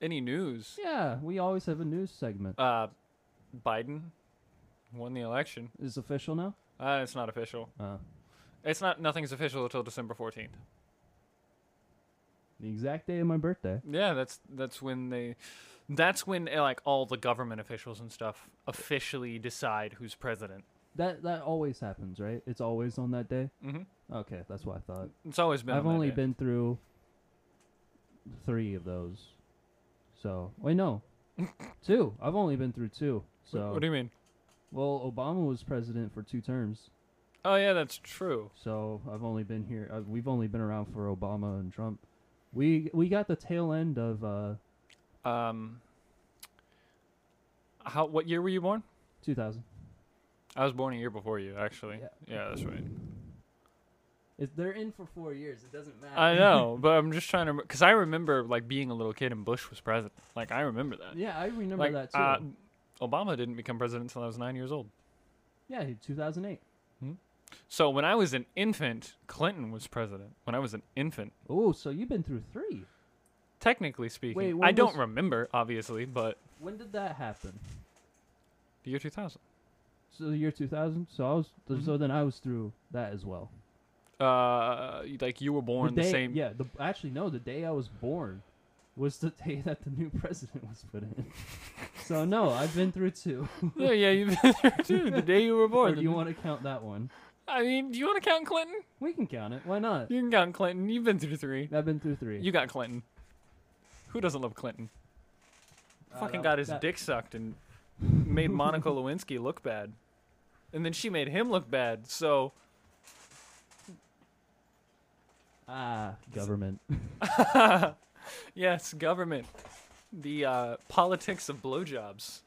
Any news?
Yeah, we always have a news segment.
Uh, Biden won the election.
Is official now?
Uh, it's not official.
Uh,
It's not. Nothing's official until December fourteenth.
the exact day of my birthday.
Yeah, that's that's when they, that's when uh, like all the government officials and stuff officially decide who's president.
That that always happens, right? It's always on that day.
Mm-hmm.
Okay, that's what I thought.
It's always been.
I've
on that
only
day.
been through three of those. So wait, no, two. I've only been through two.
Wh-
So
What do you mean?
well, Obama was president for two terms.
Oh yeah, that's true.
So I've only been here. i we've only been around for Obama and Trump. We we got the tail end of uh,
Um, how? What year were you born?
2000.
I was born a year before you, actually.
Yeah.
yeah that's right.
If they're in for four years, it doesn't matter.
I know, but I'm just trying to because I remember like being a little kid and Bush was president. Like I remember that.
yeah, I remember
like
that too.
uh, Obama didn't become president until I was nine years old.
yeah, 2008.
So when I was an infant, Clinton was president. When I was an infant,
Oh, so you've been through three.
technically speaking,
Wait,
I
when
don't
was-
remember obviously, but
When did that happen?
the year 2000.
So the year 2000. So I was. th- So
Mm-hmm.
then I was through that as well.
Uh, like you were
The
born the,
day-
same.
Yeah. The, actually, no. The day I was born was the day that the new president was put in. so no, I've been through two.
yeah, yeah, you've been there too. The day you were
or
born.
do you want to count that one?
I mean, do you want to count Clinton?
We can count it. Why not?
You can count Clinton. You've been through three.
I've been through three.
You got Clinton. Who doesn't love Clinton?
Uh,
Fucking
that-
got his
that-
dick sucked and made Monica Lewinsky look bad. And then she made him look bad. So
Ah, government.
yes, government. The uh, politics of blowjobs.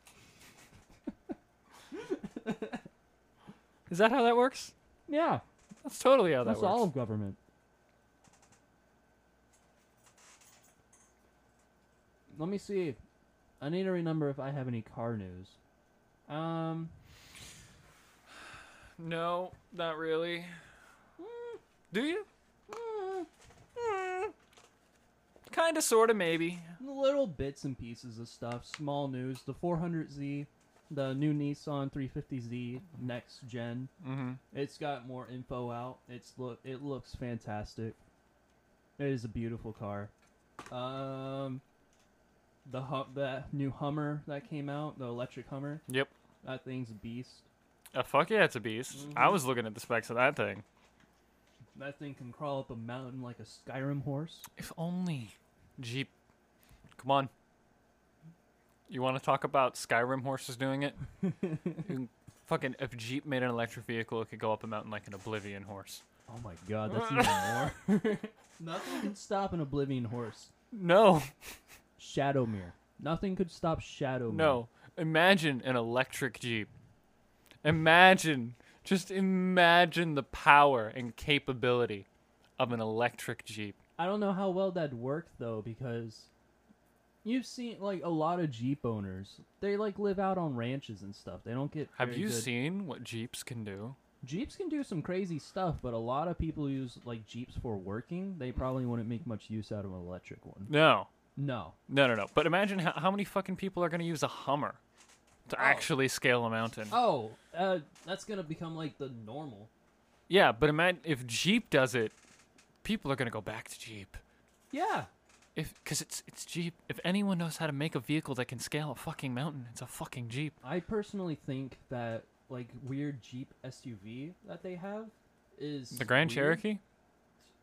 Is that how that works?
yeah,
That's totally how that
that's
works.
all of government. Let me see. I need to remember if I have any car news. Um,
No, not really. Do you? Kinda, sorta, maybe.
little bits and pieces of stuff. Small news. The 400Z, the new Nissan 350Z next gen.
Mm-hmm.
It's got more info out. It's look. It looks fantastic. It is a beautiful car. Um, the hum- that new Hummer that came out, the electric Hummer,
Yep.
that thing's a beast.
Uh, fuck yeah, it's a beast. I was looking at the specs of that thing.
That thing can crawl up a mountain like a Skyrim horse.
If only. Jeep. Come on. You want to talk about Skyrim horses doing it? You- Fucking, if Jeep made an electric vehicle, it could go up a mountain like an Oblivion horse.
Oh my god, that's even more. Nothing can stop an Oblivion horse.
No,
Shadowmere. Nothing could stop Shadowmere.
no. Imagine an electric Jeep. Imagine, just imagine the power and capability of an electric Jeep.
I don't know how well that'd work though, because you've seen like a lot of Jeep owners. They like live out on ranches and stuff. They don't get.
Have
very
you
good-
seen what Jeeps can do?
Jeeps can do some crazy stuff, but a lot of people use like Jeeps for working. They probably wouldn't make much use out of an electric one.
No,
No,
no, no, no. But imagine how, how many fucking people are going to use a Hummer. to
Oh.
actually scale a mountain.
Oh, uh, that's gonna become like the normal.
Yeah, but imagine if Jeep does it, people are gonna go back to Jeep.
Yeah.
If because it's it's Jeep. If anyone knows how to make a vehicle that can scale a fucking mountain, it's a fucking Jeep.
I personally think that like weird Jeep SUV that they have is
The Grand
weird.
Cherokee.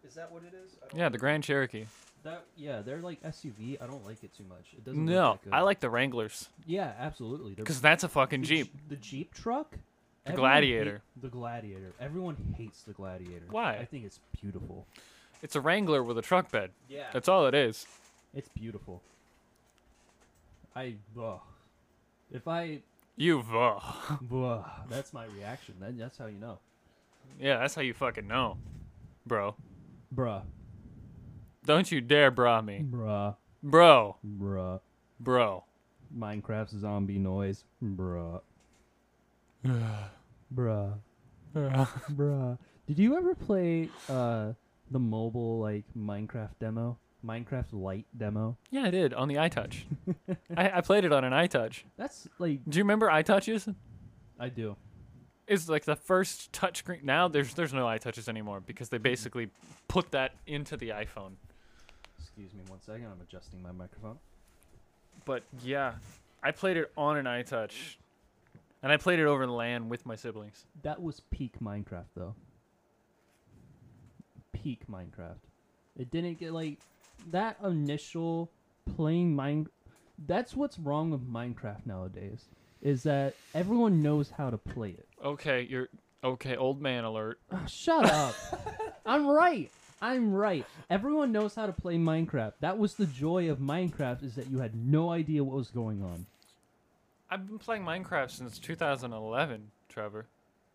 Is that what it is? I don't
Yeah, the Grand Cherokee.
That yeah, they're like SUV. I don't like it too much. It doesn't.
No,
look that good.
I like the Wranglers
Yeah, absolutely. They're-
because that's a fucking
the J-
Jeep.
The Jeep truck.
The
Everyone hate-
Gladiator.
the Gladiator. Everyone hates the Gladiator.
Why?
I think it's beautiful.
It's a Wrangler with a truck bed.
Yeah.
That's all it is.
It's beautiful. I ugh. If I
You ugh.
ugh, that's my reaction. Then that's how you know,
Yeah, that's how you fucking know, bro.
bruh,
Don't you dare bra me,
bruh,
bro,
bruh.
bro.
Minecraft's zombie noise, bruh, bruh, bruh. Did you ever play uh the mobile like Minecraft demo, Minecraft Lite demo?
Yeah, I did on the iTouch. I, I played it on an iTouch.
That's like
Do you remember iTouches?
I do.
It's like the first touchscreen. Now there's there's no iTouches anymore because they basically put that into the iPhone.
Excuse me one second. I'm adjusting my microphone.
But yeah, I played it on an iTouch, and I played it over LAN with my siblings.
That was peak Minecraft, though. Peak Minecraft. It didn't get like that initial playing mine. That's what's wrong with Minecraft nowadays. Is that everyone knows how to play it?
Okay, you're okay. Old man alert.
Ah, shut up! I'm right. I'm right. Everyone knows how to play Minecraft. That was the joy of Minecraft is that you had no idea what was going on.
I've been playing Minecraft since 2011, Trevor.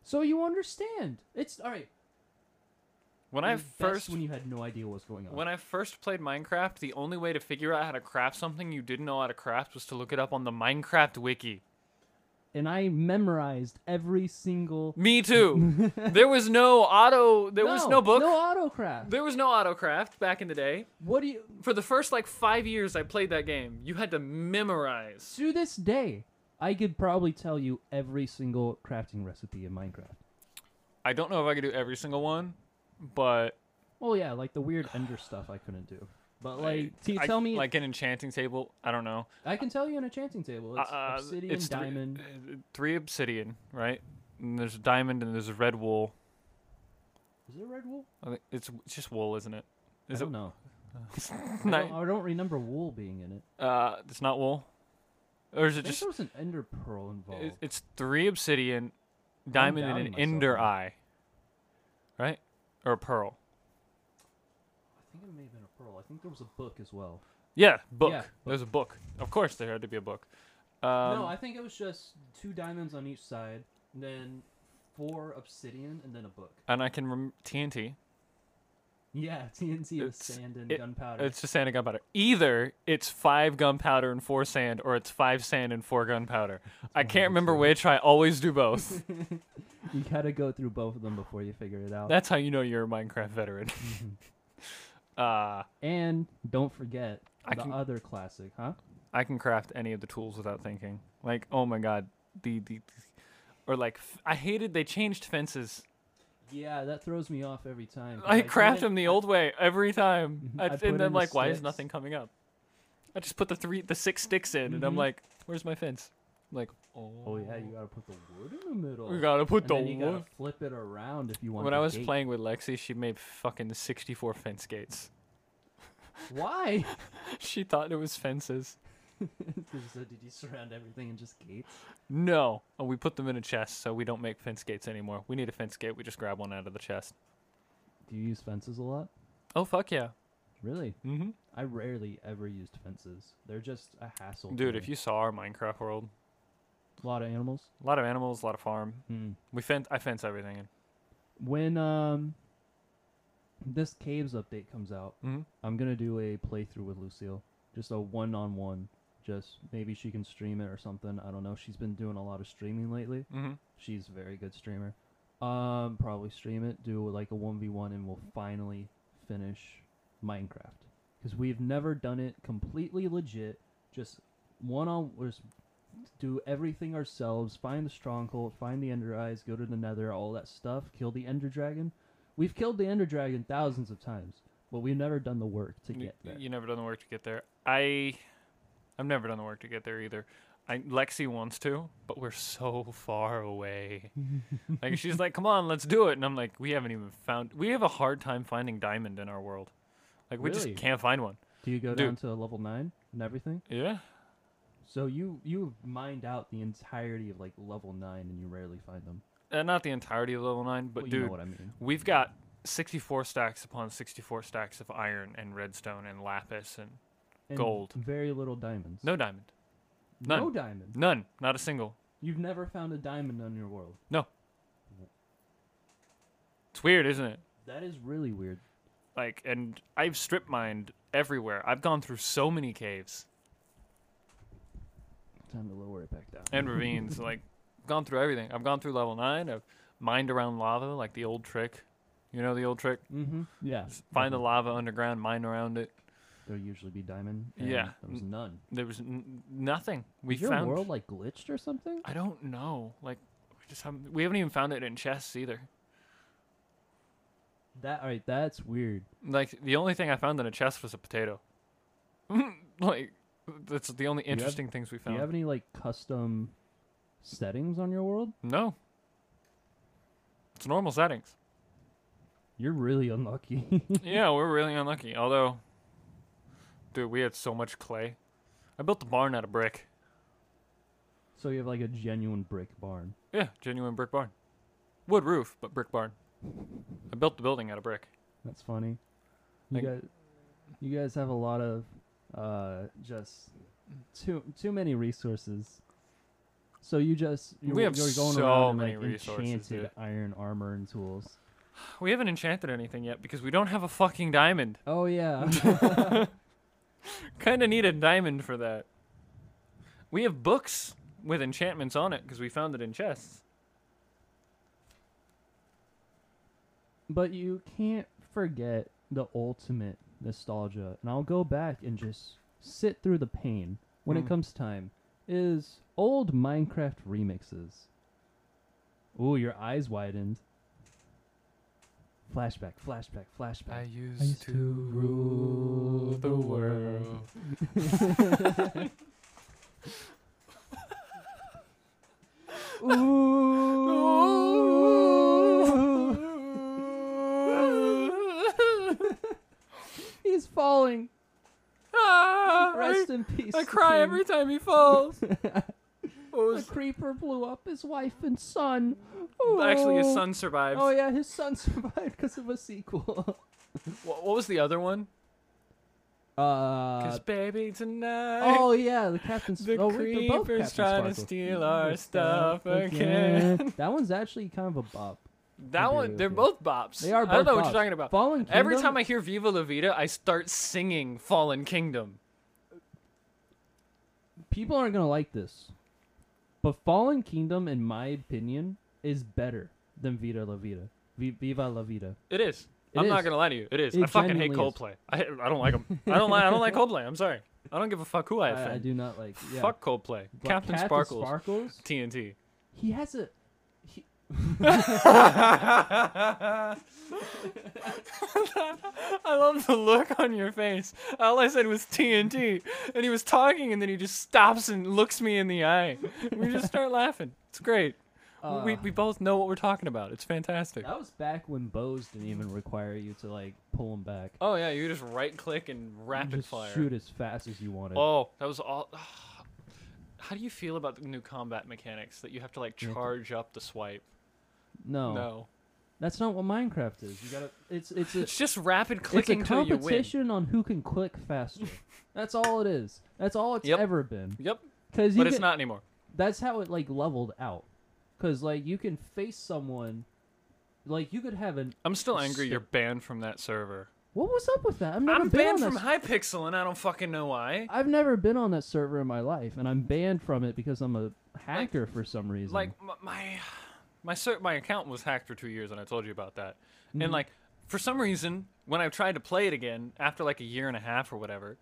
So you understand. It's all right.
When I
It was best
first
when you had no idea what was going on.
When I first played Minecraft, the only way to figure out how to craft something you didn't know how to craft was to look it up on the Minecraft wiki.
and I memorized every single
Me too. there was no auto. There was no book.
No autocraft.
there was no autocraft back in the day.
what do you
For the first like five years I played that game, you had to memorize.
to this day? I could probably tell you every single crafting recipe in Minecraft.
I don't know if I could do every single one, but
Well, yeah, like the weird Ender stuff I couldn't do. But like,
I-
t-
I-
tell me,
like an enchanting table. I don't know.
I can tell you an enchanting table. It's
Uh,
obsidian,
it's three-
diamond.
uh, three obsidian, right? And there's a diamond and there's a red wool.
Is it red wool?
I think- It's it's just wool, isn't it?
I
Is
don't
it?
know. I,
Ni-
don't, I don't remember wool being in it.
Uh, it's not wool, or is
I
it
think
just?
there was an Ender pearl involved.
it- It's three obsidian, diamond, and
doubting
an
myself
ender
now.
eye, right? Or a pearl.
I think it may have been a pearl. I think there was a book as well.
Yeah, book.
book.
There's a book. Of course, there had to be a book. Um,
no, I think it was just two diamonds on each side, then four obsidian, and then a book.
and I can rem- TNT.
Yeah, TNT is
It's-
sand and
it-
gunpowder.
It's just sand and gunpowder. Either it's five gunpowder and four sand, or it's five sand and four gunpowder. I can't remember which. I always do both.
You gotta go through both of them before you figure it out.
That's how you know you're a Minecraft veteran. uh,
and don't forget
I
the
can-
other classic, huh?
I can craft any of the tools without thinking. Like, oh my god, the the, the- or like f- I hated they changed fences.
Yeah, that throws me off every time. 'cause
I craft
didn't-
them the old way every time,
Mhm.
I,
I
and
put in the
then like, why is
sticks.
nothing coming up? I just put the three the six sticks in, and I'm
Mhm.
like, where's my fence? I'm like, oh,
Oh yeah, you gotta put the wood in the middle.
we gotta put
and
the
then you gotta
wood.
flip it around if you want.
When I
the
was
gate.
playing with Lexi, she made fucking 64 fence gates.
why?
she thought it was fences.
so did you surround everything in just gates?
No, oh, we put them in a chest, so we don't make fence gates anymore. We need a fence gate. We just grab one out of the chest.
Do you use fences a lot?
Oh fuck yeah.
Really?
Mm-hmm.
I rarely ever used fences. They're just a hassle. to
Dude,
me.
if you saw our Minecraft world,
a lot of animals.
a lot of animals, a lot of farm.
Hmm.
We fence. I fence everything in.
when um this caves update comes out
Mhm.
i'm gonna do a playthrough with lucille just a one-on-one just maybe she can stream it or something i don't know she's been doing a lot of streaming lately
Mm-hmm.
she's a very good streamer um probably stream it do like a 1v1 and we'll finally finish minecraft because we've never done it completely legit just one on just do everything ourselves, find the stronghold, find the ender eyes, go to the nether, all that stuff, kill the ender dragon. We've killed the ender dragon thousands of times, but we've never done the work to
You,
get there.
you never done the work to get there. I, I've never done the work to get there either. I Lexi wants to, but we're so far away. like she's like, "Come on, let's do it," and I'm like, "We haven't even found. We have a hard time finding diamond in our world. Like we
Really?
just can't find one."
Do you go
Dude.
down to level 9 and everything?
Yeah.
So you you mined out the entirety of like level 9 and you rarely find them.
Uh, not the entirety of level nine, but
Well,
dude,
you know what I mean.
we've got 64 stacks upon 64 stacks of iron and redstone and lapis and
And
Gold.
Very little diamonds.
no diamond.
No
none.
diamonds.
None. Not a single.
You've never found a diamond on your world.
It's weird, isn't it?
That is really weird.
Like, and I've strip mined everywhere. I've gone through so many caves
Time to lower it back down.
and ravines. like, gone through everything. I've gone through level nine. I've mined around lava, like the old trick. You know the old trick?
Mm-hmm. Yeah.
Just find the lava underground, mine around it.
There'll usually be diamond. and
Yeah.
There was none.
There was n- nothing. We
Is your
found.
world like glitched or something?
I don't know. Like, we just haven't. We haven't even found it in chests either.
That all right. That's weird.
Like the only thing I found in a chest was a potato. like that's the only
you have-
interesting things we
Do you
found.
have any like custom settings on your world?
no. It's normal settings.
You're really unlucky.
yeah, we're really unlucky. Although dude, we had so much clay. I built the barn out of brick.
so you have like a genuine brick barn.
Yeah, genuine brick barn. Wood roof, but brick barn. I built the building out of brick.
That's funny. You
Like-
guys, you guys have a lot of uh, just too too many resources. So you just you're,
We have
you're going
so
around in,
many
like
resources,
enchanted
dude.
iron armor and tools.
We haven't enchanted anything yet because we don't have a fucking diamond.
Oh yeah,
Kind of need a diamond for that. We have books with enchantments on it because we found it in chests.
but you can't forget the ultimate nostalgia. And I'll go back and just sit through the pain when
Mm.
it comes time. Is old Minecraft remixes. Ooh, your eyes widened. Flashback, flashback, flashback.
I used,
used
to,
to
rule the world.
world. Ooh. He's falling.
Ah, I,
Rest in peace.
I cry
king.
every time he falls. What
The
was-
creeper blew up his wife and son.
Actually, his
Ooh.
son survives.
Oh yeah, his son survived because of a sequel.
Wha- What, was the other one?
Uh,
Cause baby tonight.
oh yeah, the captain's.
The
oh, wait, they're both
creeper's
Captain
trying to
Sparkle.
steal our stuff again.
again. that one's actually kind of a bop.
That
agree
one,
with
they're
you.
both bops.
They are. Both
I don't know what
bops.
you're talking about.
Fallen Kingdom.
Every time I hear Viva La Vida, I start singing Fallen Kingdom.
people aren't gonna like this, but Fallen Kingdom, in my opinion, is better than Vita La Vida. Vi- Viva La Vida.
It is.
It
I'm not
is.
gonna lie to you. It is.
It
I fucking hate
genuinely is.
Coldplay. I I don't like them. I don't like I don't like Coldplay. I'm sorry. I don't give a fuck who I
I,
offend.
I do not like. Yeah.
Fuck Coldplay.
But
Captain,
Captain
Sparkles.
Sparkles.
TNT.
He has a. He,
I love the look on your face. All I said was TNT, and he was talking, and then he just stops and looks me in the eye. We just start laughing. It's great. we,
Uh.
we both know what we're talking about. It's fantastic.
that was back when bows didn't even require you to like pull him back.
Oh yeah, you just right click and rapid
just
fire.
shoot as fast as you wanted.
Oh, that was all. How do you feel about the new combat mechanics that you have to like
Yeah.
charge up the swipe?
no,
No,
that's not what Minecraft is. You gotta. It's it's a,
it's just rapid
it's a
clicking till you win.
competition on who can click faster. that's all it is. That's all it's
Yep.
ever been.
Yep,
Because
but it's not anymore.
that's how it like leveled out because like you can face someone like you could have an
I'm still angry.
Shit.
You're banned from that server.
what was up with that i've never
I'm
been
banned
on
from
that
Hypixel, and I don't fucking know why.
i've never been on that server in my life and i'm banned from it because i'm a hacker for some reason
Like m- my my ser- my account was hacked for two years, and I told you about that.
Mm-hmm.
And like for some reason, when I tried to play it again after like a year and a half or whatever,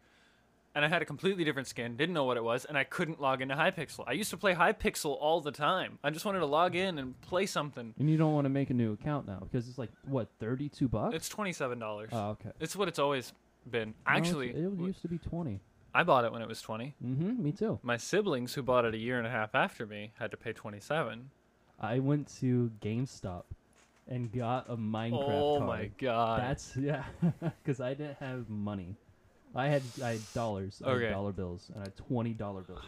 and I had a completely different skin, didn't know what it was, and I couldn't log into Hypixel. I used to play Hypixel all the time. I just wanted to log in and play something.
And you don't want to make a new account now because it's like what thirty-two bucks.
It's twenty seven dollars.
oh, okay.
It's what it's always been.
No, it's-
Actually,
it
w-
used to be twenty.
I bought it when it was twenty.
Mm-hmm. Me too.
My siblings, who bought it a year and a half after me, had to pay twenty seven.
I went to GameStop and got a Minecraft
Oh
card.
my god!
That's yeah, because I didn't have money. I had I had dollars, I had
Okay.
dollar bills, and I had twenty dollar bills.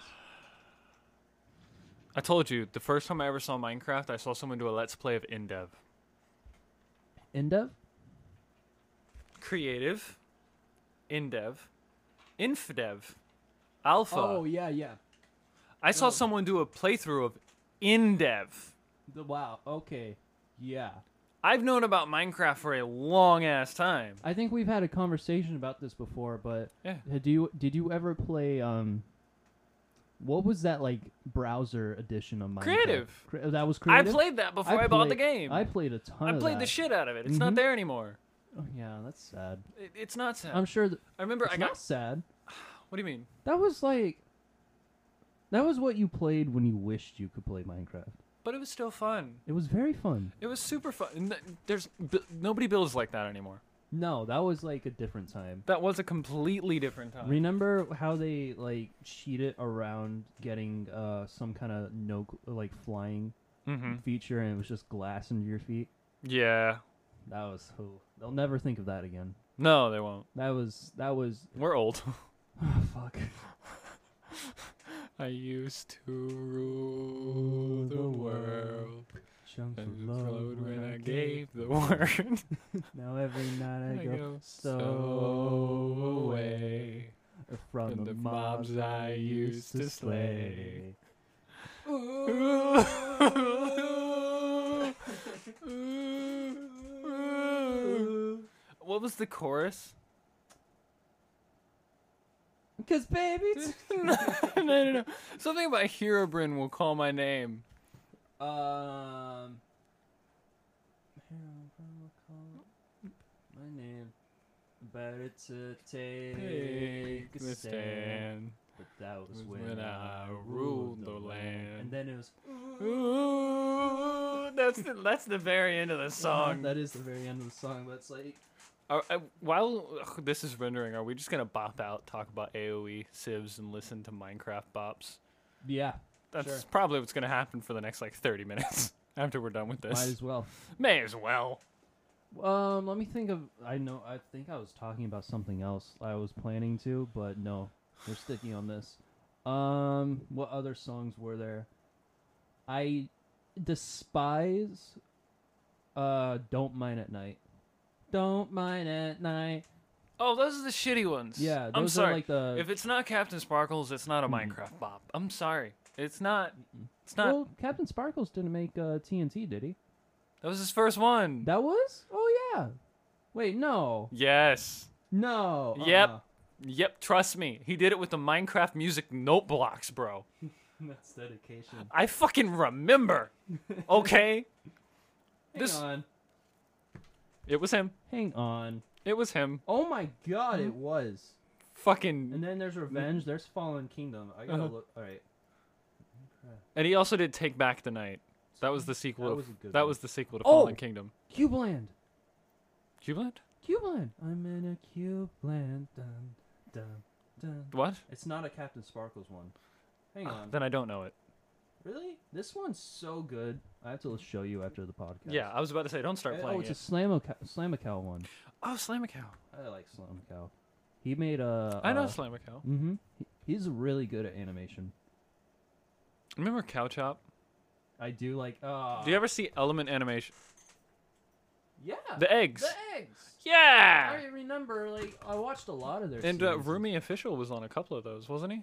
I told you the first time I ever saw Minecraft, I saw someone do a Let's Play of InDev.
End of
Creative, InDev, InfDev, Alpha.
Oh, yeah yeah.
I saw
oh.
someone do a playthrough of InDev.
The, wow. Okay. Yeah.
I've known about Minecraft for a long ass time.
I think we've had a conversation about this before, but
Yeah.
had you did you ever play um? What was that like browser edition of Minecraft?
Creative.
Cre- that was
I
creative.
played that before I, bought the
played-
game.
I
I,
played a ton. of
played the
that.
shit out of it. It's not
Mhm.
there anymore.
Oh, yeah, that's sad.
It, it's not sad.
I'm sure. Th-
I remember
it's
I got.
not sad.
What do you mean?
That was like. That was what you played when you wished you could play Minecraft.
But it was still fun.
It was very fun.
It was super fun. And th- There's b- nobody builds like that anymore.
No, that was like a different time.
That was a completely different time.
Remember how they like cheated around getting uh, some kind of no like flying
mm-hmm.
feature, and it was just glass under your feet.
Yeah.
That was who they'll never think of that again.
No, they won't.
That was that was
We're old.
oh, fuck.
I used to rule the world
Chunks
and
of love
flowed when I
gave.
gave the word.
Now every night I,
I
go,
go
so away
away.
from
from
the,
the
mobs,
mobs I
I used
used
to
to
slay.
slay. what was the chorus?
Cause baby,
no, no, no, no. Something about Herobrine will call my name.
um, my name. Better to take
Take a stand.
But that was
was
when,
when
I
I
ruled
ruled
the
the
land.
land.
And then it was
Ooh, that's the that's the very end of the song.
That is the very end of the song, but it's like
Are, uh, while ugh, this is rendering, are we just gonna bop out, talk about AOE sieves, and listen to Minecraft bops?
yeah,
That's
Sure.
probably what's gonna happen for the next like 30 minutes after we're done with this.
might as well.
May as well.
Um, let me think of. I know. I think I was talking about something else. I was planning to, but no, we're sticking on this. Um, what other songs were there? I despise. Uh, don't mind at night. Don't mind at night.
Oh, those are the shitty ones.
Yeah, those
I'm
are
sorry.
like the.
If it's not Captain Sparkles, it's not a
Mm.
Minecraft bop. I'm sorry. It's not. It's not.
well, Captain Sparkles didn't make uh, TNT, did he?
that was his first one.
That was. Oh yeah. Wait, no,
yes.
no.
Yep.
uh-uh.
Yep. Trust me. He did it with the Minecraft music note blocks, bro.
That's dedication.
I fucking remember. Okay.
Hang
This-
on.
it was him.
Hang on.
It was him.
Oh my god,
Hmm?
it was. And
Fucking.
then there's Revenge, there's Fallen Kingdom. I gotta
Uh-huh.
look. Alright.
And he also did Take Back the Night. That was the sequel.
That
of-
was a good
That
one.
was the sequel to
Oh!
Fallen Kingdom.
Cubeland!
Cubeland?
Cubeland! I'm in a Cubeland. Dun, dun, dun.
What?
It's not a Captain Sparkles one. Hang
Ah,
on.
Then I don't know it.
really? This one's so good. I have to show you after the podcast.
Yeah, I was about to say, don't start
Uh,
playing
Oh, it's a
it.
Slamo Slamacow one.
Oh, Slam a Cow.
I like Slamacow. He made a.
I know
uh,
Slam a Cow.
Mm-hmm. He's really good at animation.
Remember Cow Chop?
I do like. Uh,
Do you ever see Element Animation?
Yeah.
The eggs.
Uh,
Ah.
The eggs.
Yeah.
I remember, like, I watched a lot of their.
And uh,
series.
Rumi Official was on a couple of those, wasn't he?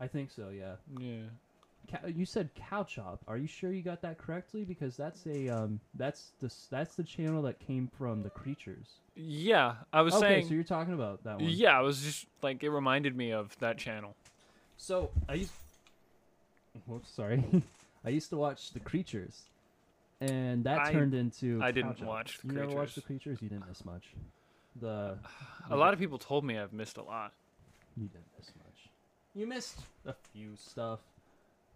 I think so. Yeah.
Yeah.
Cow, you said cow chop. Are you sure you got that correctly? Because that's a um, that's the s- that's the channel that came from the creatures.
Yeah, I was
okay,
saying.
so you're talking about that one.
yeah, I was just like it reminded me of that channel.
So I used. Whoops, sorry. I used to watch the creatures, and that
I-
turned into.
I
Cow
didn't
Chop.
watch The
You never watched the
Creatures.
creatures. You didn't miss much. The
A lot of people told me I've missed a lot.
You didn't miss much. You missed a few stuff,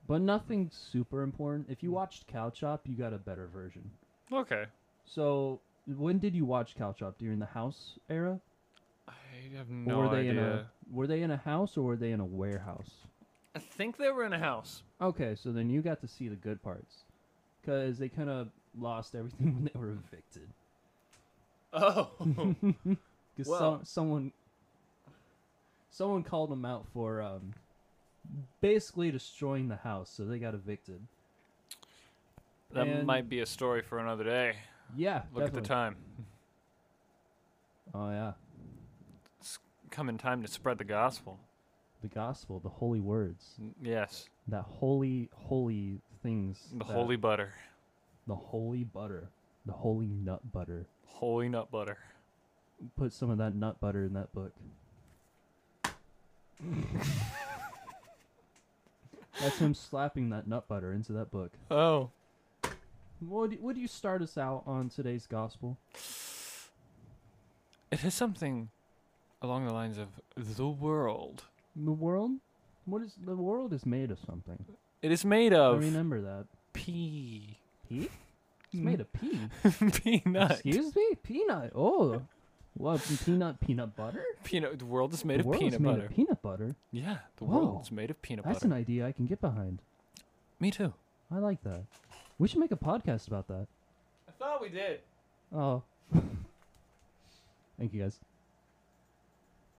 but nothing super important. If
Mm.
you watched Cow Chop, you got a better version.
Okay.
So when did you watch Cow Chop? During the house era?
I have no
were they
idea.
in a were they in a house or were they in a warehouse?
I think they were in a house.
Okay, so then you got to see the good parts, because they kind of lost everything when they were evicted.
Oh.
Because
Well-
someone someone called them out for um, basically destroying the house, so they got evicted.
that
And-
might be a story for another day.
Yeah,
Look at the
definitely.
time.
Oh yeah,
Come in time to spread the gospel.
the gospel, the holy words,
N- Yes.
that holy, holy things.
The
that-
holy butter.
the holy butter, the holy nut butter.
Holy nut butter.
Put some of that nut butter in that book. That's him slapping that nut butter into that book.
Oh.
Would would you start us out on today's gospel?
It is something along the lines of the world.
The world? What is the world is made of something.
It is made of
I remember that.
pea.
Pea? It's made of pea.
Peanut.
Excuse me? Peanut. Oh. What peanut peanut butter?
Peanut. The world is made
the
of
world
peanut
is made
butter.
of peanut butter.
yeah, the
Whoa.
world is made of peanut
That's
butter.
an idea I can get behind.
Me too.
I like that. We should make a podcast about that.
I thought we did.
Oh. Thank you guys.